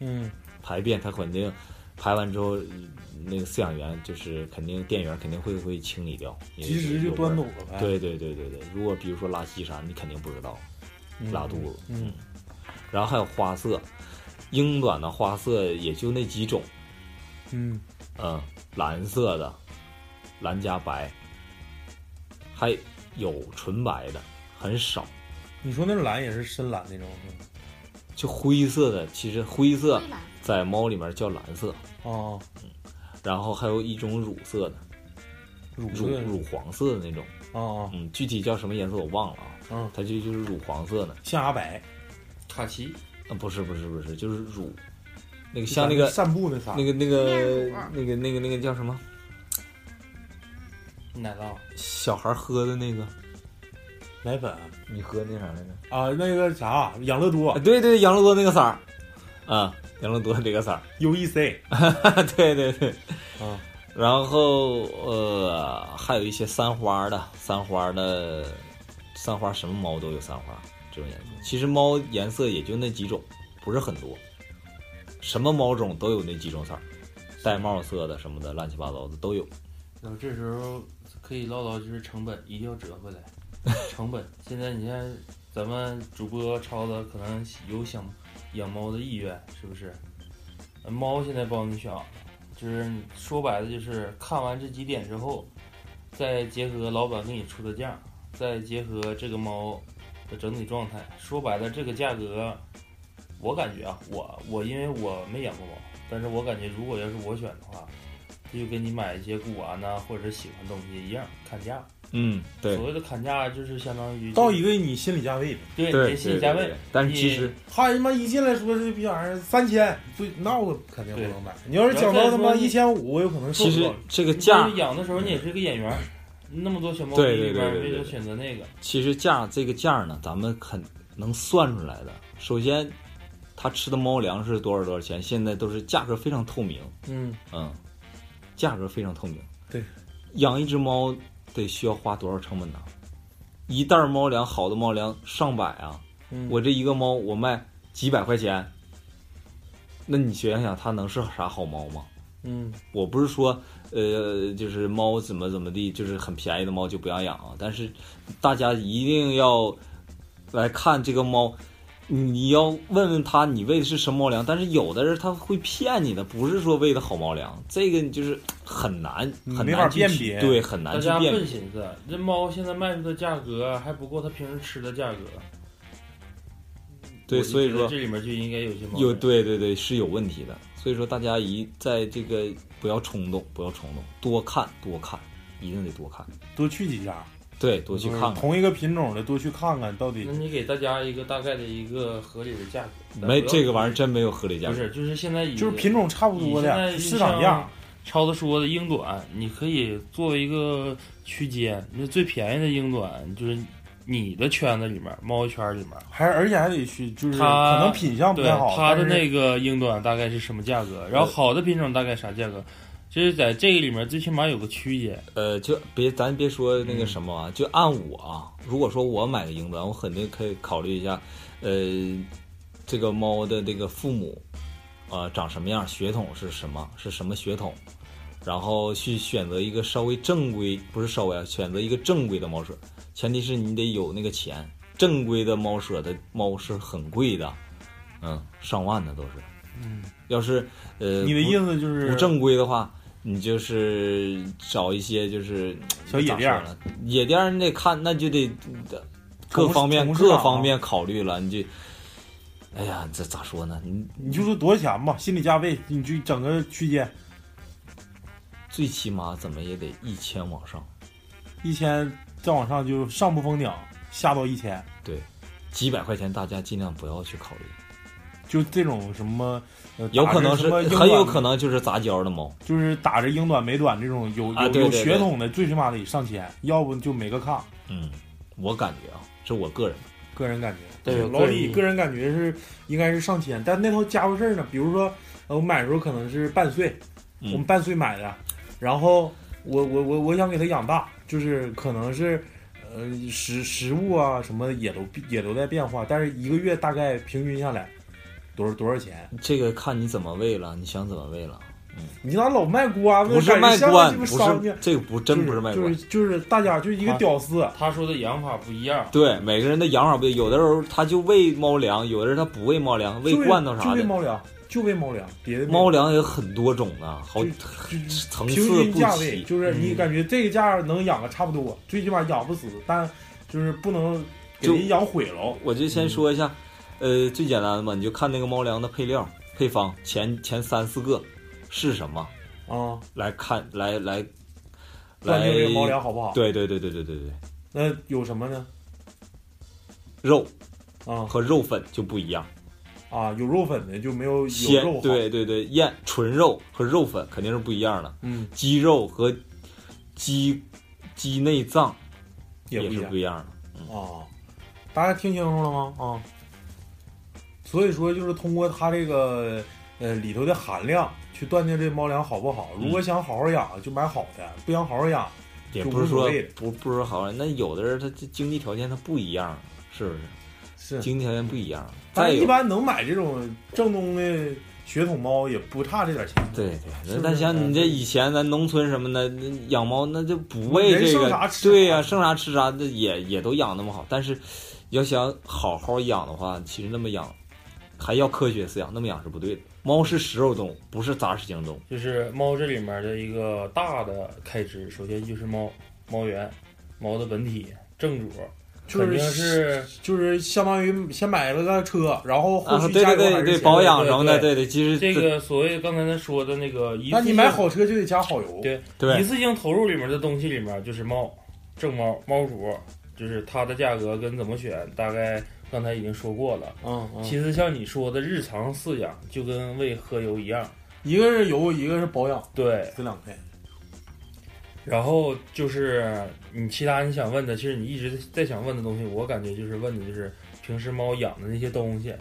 Speaker 2: 嗯
Speaker 4: 排便它肯定排完之后，那个饲养员就是肯定店员肯定会会清理掉，
Speaker 2: 嗯，
Speaker 4: 因为
Speaker 2: 及时
Speaker 4: 有
Speaker 2: 就
Speaker 4: 味
Speaker 2: 端
Speaker 4: 儿
Speaker 2: 走了哎呗。，
Speaker 4: 对对对对对，如果比如说拉稀啥，你肯定不知道。拉肚子，
Speaker 2: 嗯，
Speaker 4: 然后还有花色，英短的花色也就那几种，
Speaker 2: 嗯
Speaker 4: 嗯，蓝色的，蓝加白，还有纯白的，很少，
Speaker 2: 你说那蓝也是深蓝那种，嗯
Speaker 4: 就灰色的，其实灰色
Speaker 6: 灰蓝
Speaker 4: 在猫里面叫蓝色，
Speaker 2: 哦，
Speaker 4: 然后还有一种乳色的，
Speaker 2: 乳
Speaker 4: 乳
Speaker 2: 色
Speaker 4: 乳黄色的那种，
Speaker 2: 哦
Speaker 4: 嗯，具体叫什么颜色我忘了啊，
Speaker 2: 嗯，
Speaker 4: 它就就是乳黄色的，
Speaker 2: 象牙白，
Speaker 5: 卡其
Speaker 4: 啊，不是不是不是，就是乳，那个像那个
Speaker 2: 散步那啥，
Speaker 4: 那个那
Speaker 6: 炼
Speaker 4: 个
Speaker 6: 乳
Speaker 4: 那个那个那个叫什么？
Speaker 5: 奶酪，
Speaker 4: 小孩喝的那个，
Speaker 2: 奶粉
Speaker 4: 你喝那啥来着？
Speaker 2: 啊，那个啥养乐多
Speaker 4: 啊，对对，养乐多那个色儿，啊，养乐多这个色儿，
Speaker 2: UEC
Speaker 4: 呃对对对。
Speaker 2: 啊，
Speaker 4: 然后呃，还有一些三花的，三花的，三花什么猫都有三花这种颜色。其实猫颜色也就那几种，不是很多，什么猫种都有那几种色儿，玳瑁色的什么的，乱七八糟的都有。
Speaker 5: 然后这时候可以唠叨就是成本一定要折回来，成本现在你看咱们主播超子可能有想养猫的意愿，是不是？呃猫现在帮你选好了，就是你说白了就是看完这几点之后，再结合老板给你出的价，再结合这个猫的整体状态，说白了这个价格，我感觉啊，我我因为我没养过猫，但是我感觉如果要是我选的话，这就跟你买一些古玩呐、或者是喜欢东西一样，砍价。
Speaker 4: 嗯，对
Speaker 5: 所谓的砍价就是相当于
Speaker 2: 到一个你心理价位呗。
Speaker 5: 对你
Speaker 4: 对，
Speaker 5: 的心理
Speaker 4: 对
Speaker 5: 价
Speaker 4: 对
Speaker 5: 位
Speaker 4: 对，但是其实
Speaker 2: 他他妈一进来说这逼玩意儿三千，不那我肯定不能买。你要是讲
Speaker 5: 然
Speaker 2: 到
Speaker 5: 后
Speaker 2: 他
Speaker 5: 再说
Speaker 2: 妈
Speaker 5: 你
Speaker 2: 一千五，我有可能受
Speaker 4: 其
Speaker 2: 不
Speaker 4: 实
Speaker 2: 了。
Speaker 4: 这个
Speaker 5: 你
Speaker 4: 价
Speaker 5: 就是养的时候你也是个演员，那么多小猫咪
Speaker 4: 对对
Speaker 5: 里
Speaker 4: 对
Speaker 5: 边
Speaker 4: 对
Speaker 5: 为
Speaker 4: 对
Speaker 5: 了选择那个，
Speaker 4: 其实价这个价呢，咱们很能算出来的。首先，它吃的猫粮是多少多少钱，现在都是价格非常透明，
Speaker 2: 嗯，
Speaker 4: 嗯，价格非常透明。
Speaker 2: 对，
Speaker 4: 养一只猫得需要花多少成本呢？一袋儿猫粮，好的猫粮上百啊，
Speaker 2: 嗯
Speaker 4: 我这一个猫我卖几百块钱，那你想想它能是啥好猫吗？
Speaker 2: 嗯
Speaker 4: 我不是说，呃，就是猫怎么怎么地，就是很便宜的猫就不要养啊。但是大家一定要来看这个猫，你要问问他你喂的是什么猫粮。但是有的人他会骗你的，不是说喂的好猫粮，这个你就是很难
Speaker 5: 嗯
Speaker 2: 你
Speaker 4: 很
Speaker 2: 没法
Speaker 4: 难去
Speaker 2: 辨别
Speaker 4: 对，很
Speaker 5: 大
Speaker 4: 难去
Speaker 5: 家
Speaker 4: 辨
Speaker 5: 笨
Speaker 4: 别。
Speaker 5: 寻思，这猫现在卖出的价格还不够它平时吃的价格。
Speaker 4: 对，
Speaker 5: 我就
Speaker 4: 所以
Speaker 5: 觉得
Speaker 4: 说
Speaker 5: 这里面就应该有些猫
Speaker 4: 有
Speaker 5: 粮
Speaker 4: 对对对是有问题的。所以说大家一在这个不要冲动，不要冲动，多看多看，一定得多看，
Speaker 2: 多去几家，
Speaker 4: 对，多去看看。
Speaker 2: 同一个品种的，多去看看到底
Speaker 5: 那。你给大家一个大概的一个合理的价格，咱
Speaker 4: 没
Speaker 5: 不要
Speaker 4: 这个玩意儿真没有合理价
Speaker 5: 不
Speaker 4: 格。
Speaker 5: 是，就是现在以
Speaker 2: 就是品种差不多
Speaker 5: 以现在
Speaker 2: 的
Speaker 5: 就
Speaker 2: 市场价
Speaker 5: 像，超子说的英短，你可以作为一个区间，那最便宜的英短就是你的圈子里面，猫圈里面，
Speaker 2: 还而且还得去，就是
Speaker 5: 它
Speaker 2: 可能品相不
Speaker 5: 对
Speaker 2: 太好，
Speaker 5: 它
Speaker 2: 但
Speaker 5: 的
Speaker 2: 是
Speaker 5: 那个英短大概是什么价格，然后好的品种大概啥价格，就是在这个里面最起码有个区间。
Speaker 4: 呃，就别咱别说那个什么啊，就按我啊，如果说我买个英短，我肯定可以考虑一下，呃，这个猫的这个父母，呃，长什么样，血统是什么，是什么血统，然后去选择一个稍微正规，不是稍微啊，选择一个正规的猫舍，前提是你得有那个钱，正规的猫舍的猫是很贵的，嗯，上万的都是，
Speaker 5: 嗯，
Speaker 4: 要是呃，
Speaker 2: 你的
Speaker 4: 不
Speaker 2: 意思就是
Speaker 4: 不正规的话，你就是找一些就是
Speaker 2: 小野店儿
Speaker 4: 咋说呢野店儿你得看，那就得各
Speaker 2: 从
Speaker 4: 方面
Speaker 2: 从市
Speaker 4: 各
Speaker 2: 场啊
Speaker 4: 方面考虑了，你就，哎呀，这咋说呢？你
Speaker 2: 你就说多少钱吧，心理价位，你就整个区间
Speaker 4: 最起码怎么也得一千往上，
Speaker 2: 一千再往上就上不封顶，下到一千，
Speaker 4: 几百块钱大家尽量不要去考虑，
Speaker 2: 就这种什么，呃、
Speaker 4: 有可能
Speaker 2: 打着
Speaker 4: 是
Speaker 2: 什么英短
Speaker 4: 很有可能就是杂交的猫，
Speaker 2: 就是打着英短美短这种有有、
Speaker 4: 啊对对对
Speaker 2: 有血统的，最起码得上千，要不就没个炕。
Speaker 4: 嗯，我感觉啊，这我个人，
Speaker 2: 个人感觉，
Speaker 5: 对
Speaker 2: 老
Speaker 5: 个人意
Speaker 2: 李
Speaker 5: 见
Speaker 2: 个人感觉是应该是上千，但那头家伙事儿呢，比如说呃我买的时候可能是半岁，
Speaker 4: 嗯
Speaker 2: 我们半岁买的，然后我我我我想给它养大，就是可能是呃食食物啊什么的也都也都在变化，但是一个月大概平均下来多少多少钱？
Speaker 4: 这个看你怎么喂了，你想怎么喂了，
Speaker 2: 你那老卖啊瓜子，
Speaker 4: 不是卖
Speaker 2: 关，
Speaker 4: 官，不是这个不真不是卖啊
Speaker 2: 就
Speaker 4: 官
Speaker 2: 是。就是大家就是一个
Speaker 5: 他
Speaker 2: 屌丝，
Speaker 5: 他说的养法不一样，
Speaker 4: 对，每个人的养法不一样，有的时候他就喂猫粮，有的人他不喂猫粮，喂
Speaker 2: 就
Speaker 4: 罐头啥
Speaker 2: 就
Speaker 4: 的
Speaker 2: 喂。猫粮，就喂猫粮，别的没有
Speaker 4: 猫粮有很多种呢，好
Speaker 2: 就
Speaker 4: 层
Speaker 2: 平
Speaker 4: 次
Speaker 2: 均
Speaker 4: 不
Speaker 2: 价位，
Speaker 4: 齐。
Speaker 2: 就是你
Speaker 5: 嗯
Speaker 2: 感觉这个价能养个差不多，最起码养不死，但就是不能给
Speaker 4: 就
Speaker 2: 人养毁了。
Speaker 4: 我就先说一下，
Speaker 2: 嗯
Speaker 4: 呃，最简单的嘛，你就看那个猫粮的配料配方，前前三四个是什么，
Speaker 2: 啊，
Speaker 4: 来看来来
Speaker 2: 断
Speaker 4: 来
Speaker 2: 定这个猫粮好不好？
Speaker 4: 对对对对对对对，
Speaker 2: 那有什么呢？
Speaker 4: 肉
Speaker 2: 啊
Speaker 4: 和肉粉就不一样，
Speaker 2: 啊，有肉粉的就没有有
Speaker 4: 鲜
Speaker 2: 肉好。，
Speaker 4: 对对对，燕纯肉和肉粉肯定是不一样的，
Speaker 2: 嗯，
Speaker 4: 鸡肉和鸡鸡内脏
Speaker 2: 也不一
Speaker 4: 是
Speaker 2: 样
Speaker 4: 不一样的。
Speaker 2: 啊。大家听清楚了吗？啊，所以说就是通过它这个呃里头的含量去断定这猫粮好不好。如
Speaker 4: 嗯
Speaker 2: 果想好好养，就买好的；不想好好养，
Speaker 4: 也
Speaker 2: 就
Speaker 4: 不
Speaker 2: 无
Speaker 4: 是
Speaker 2: 所
Speaker 4: 说
Speaker 2: 谓了
Speaker 4: 不不是好人，那有的人他这经济条件他不一样，是不是？
Speaker 2: 是
Speaker 4: 经济条件不一样，再
Speaker 2: 但嗯是一
Speaker 4: 有
Speaker 2: 般能买这种正宗的血统猫也不差这点钱。
Speaker 4: 对对，
Speaker 2: 是
Speaker 4: 那
Speaker 2: 不
Speaker 4: 但
Speaker 2: 是
Speaker 4: 像
Speaker 2: 嗯
Speaker 4: 你这以前咱农村什么的，那养猫那就不喂
Speaker 2: 人
Speaker 4: 这
Speaker 2: 生
Speaker 4: 个
Speaker 2: 啥，吃
Speaker 4: 对
Speaker 2: 啥
Speaker 4: 呀、剩啥吃啥，那也也都养那么好。但是要想好好养的话，其实那么养还要科学饲养，那么养是不对的。猫是食肉动物，不是杂食性动物。
Speaker 5: 就是猫这里面的一个大的开支，首先就是猫猫源、猫的本体、正主，
Speaker 2: 就
Speaker 5: 肯
Speaker 2: 是
Speaker 5: 定是
Speaker 2: 就是相当于先买了个车，然后后
Speaker 4: 啊，
Speaker 2: 续
Speaker 4: 对
Speaker 2: 加
Speaker 4: 对
Speaker 2: 油
Speaker 4: 对
Speaker 2: 还是
Speaker 4: 对，
Speaker 2: 谁
Speaker 4: 保
Speaker 2: 的
Speaker 4: 养
Speaker 5: 对
Speaker 4: 什么的，
Speaker 5: 对
Speaker 4: 对对，其实
Speaker 5: 这个所谓刚才他说的那个一次
Speaker 2: 那你
Speaker 5: 性，
Speaker 2: 买好车就得加好油。
Speaker 5: 对一次性投入里面的东西里面就是猫正猫猫主，就是它的价格跟怎么选，大概刚才已经说过了。
Speaker 2: 嗯嗯，
Speaker 5: 其次像你说的日常饲养就跟喂喝油一样，
Speaker 2: 一个是油，一个是保养，
Speaker 5: 对。
Speaker 2: 这两块。
Speaker 5: 然后就是你其他你想问的，其实你一直在想问的东西，我感觉就是问的就是平时猫养的那些东西，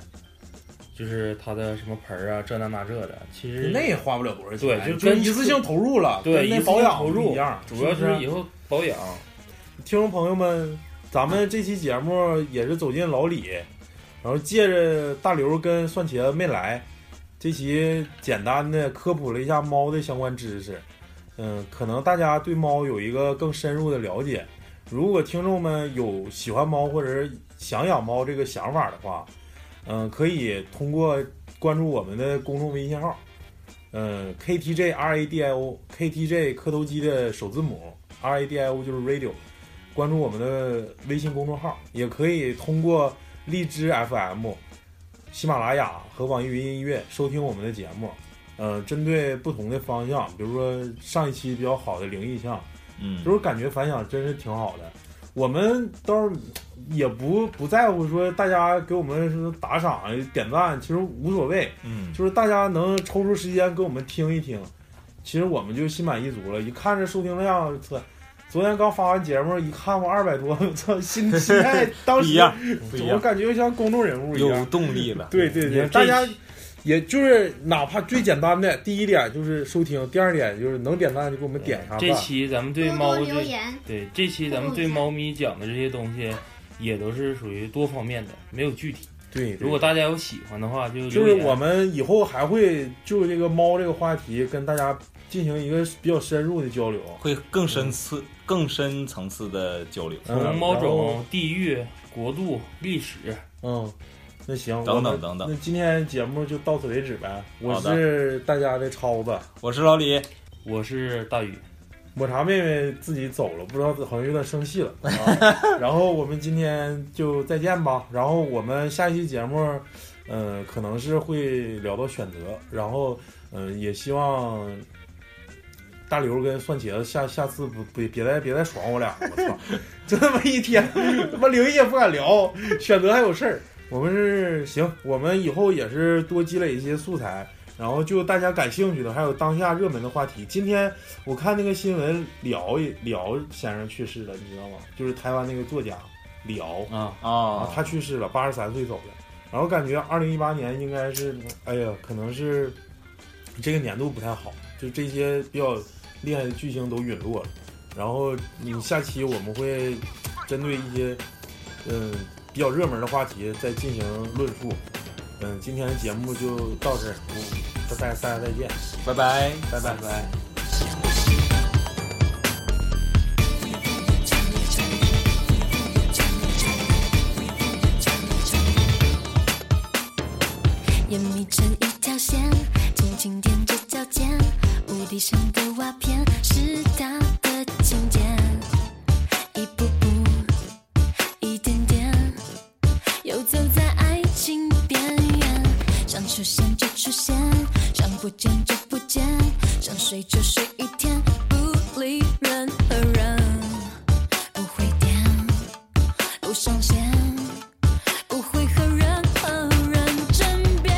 Speaker 5: 就是它的什么盆儿啊，这那那这的，其实
Speaker 2: 那也花不了多少
Speaker 5: 对
Speaker 2: 钱，
Speaker 5: 就
Speaker 2: 就
Speaker 5: 跟
Speaker 2: 一次性投入了，
Speaker 5: 对
Speaker 2: 跟那
Speaker 5: 一次性
Speaker 2: 保养
Speaker 5: 投入
Speaker 2: 不一样。
Speaker 5: 主要
Speaker 2: 是啊
Speaker 5: 是
Speaker 2: 不是
Speaker 5: 以后保养。
Speaker 2: 听众朋友们，咱们这期节目也是走进老李，然后借着大刘跟蒜茄子没来，这期简单的科普了一下猫的相关知识。嗯，可能大家对猫有一个更深入的了解。如果听众们有喜欢猫或者是想养猫这个想法的话，嗯，可以通过关注我们的公众微信号，嗯，KTJ RADIO KTJ 磕头机的首字母 RADIO 就是 radio，关注我们的微信公众号，也可以通过荔枝 FM、喜马拉雅和网易云音乐收听我们的节目。呃，针对不同的方向，比如说上一期比较好的灵异项，
Speaker 4: 嗯，
Speaker 2: 就是感觉反响真是挺好的。我们倒是也不不在乎说大家给我们是打赏点赞，其实无所谓。
Speaker 4: 嗯，
Speaker 2: 就是大家能抽出时间给我们听一听，其实我们就心满意足了。一看这收听量，操！昨天刚发完节目，一看我二百多，我操，心 心态当
Speaker 4: 不一
Speaker 2: 时
Speaker 4: 样，不一
Speaker 2: 我
Speaker 4: 样，
Speaker 2: 感觉像公众人物一
Speaker 4: 有
Speaker 2: 样。
Speaker 4: 动力了。
Speaker 2: 对对
Speaker 4: 你
Speaker 2: 对，
Speaker 4: 看这
Speaker 2: 大家也就是哪怕最简单的，第一点就是收听，第二点就是能点赞就给我们点一下吧。
Speaker 5: 这期咱们对
Speaker 7: 多
Speaker 5: 猫
Speaker 7: 多留
Speaker 5: 这
Speaker 7: 言，
Speaker 5: 对这期咱们对猫咪讲的这些东西，也都是属于多方面的，没有具体。
Speaker 2: 对，对
Speaker 5: 如果大家有喜欢的话，就
Speaker 2: 就
Speaker 5: 留
Speaker 2: 是
Speaker 5: 言
Speaker 2: 我们以后还会就这个猫这个话题跟大家进行一个比较深入的交流。
Speaker 4: 会更深次、更深层次的交流，
Speaker 2: 嗯
Speaker 5: 从猫
Speaker 2: 然后
Speaker 5: 种、地域、国度、历史，
Speaker 2: 嗯，那行，
Speaker 4: 等等
Speaker 2: 我们
Speaker 4: 等等
Speaker 2: 那今天节目就到此为止呗。我
Speaker 4: 好的
Speaker 2: 是大家的超子，
Speaker 4: 我是老李，啊
Speaker 5: 我是大宇，
Speaker 2: 抹茶妹妹自己走了，不知道好像有点生气了。啊、然后我们今天就再见吧。然后我们下一期节目，嗯、可能是会聊到选择，然后嗯、呃也希望。大刘跟蒜茄子下下次不不别再别再爽我俩，我操！这他妈一天，他妈灵也不敢聊，选择还有事儿。我们是行，我们以后也是多积累一些素材，然后就大家感兴趣的，还有当下热门的话题。今天我看那个新闻，辽辽先生去世了，你知道吗？就是台湾那个作家辽
Speaker 5: 啊，
Speaker 2: 啊
Speaker 4: 啊，，
Speaker 2: 他去世了，八十三岁走了。然后感觉二零一八年应该是，哎呀，可能是这个年度不太好，就这些比较厉害的巨星都陨落了。然后你下期我们会针对一些嗯比较热门的话题再进行论述。嗯，今天的节目就到这儿，嗯，大家大家再见，
Speaker 4: 拜拜。
Speaker 2: 拜拜拜。
Speaker 8: 严密成一条线，轻轻踮着脚尖，无底深的瓦片是他的琴键，一步步，一点点，游走在爱情边缘，想出现就出现，想不见就不见，想睡就睡一天，不理任何人，不会点，不上线。不会和任何人争辩。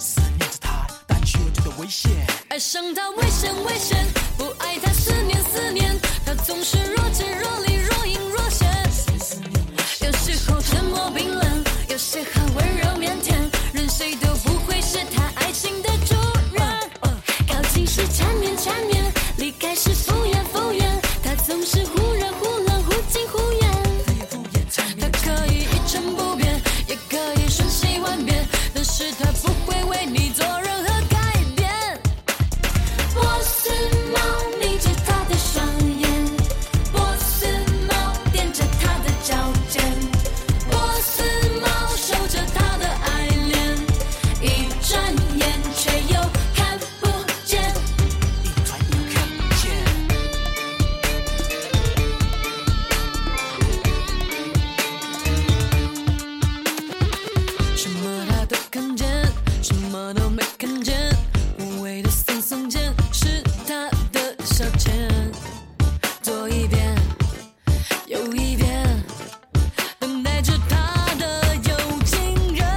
Speaker 8: 思念着他，但却又觉得危险。爱上他危险危险，不爱他思念思念，他总是若即若离，若隐若现。有时候沉默冰冷，有时候温柔腼腆，任谁都不会是他爱情的主人。哦靠近时缠绵缠绵，离开时敷衍敷衍，他总是忽热忽冷，忽近忽远。他可以一成不变，也可以瞬息万变，但是他不会为你做任何改变。我是猫眯着他的双眼，我是猫踮着他的脚尖，我是猫守着他的爱恋，一转眼却又看不见。什么他都看见，什么都没看见，无谓的耸耸肩是他的消遣。多一遍又一遍，等待着他的有情人。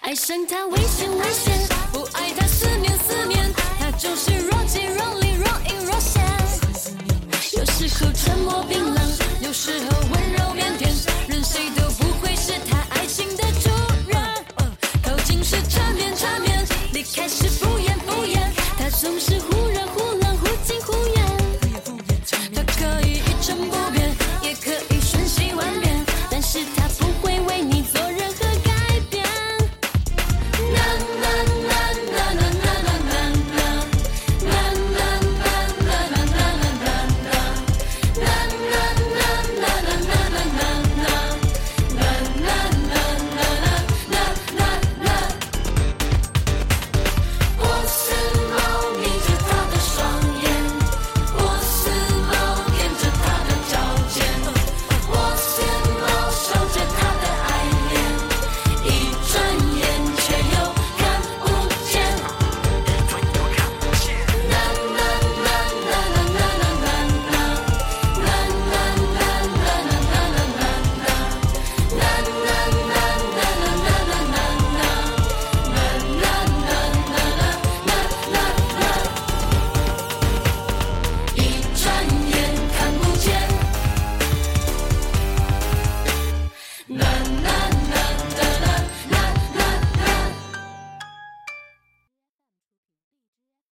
Speaker 8: 爱上他危险危险，不爱他思念思念，他就是若即若离，若隐若现。有时候沉默冰冷，有时候哦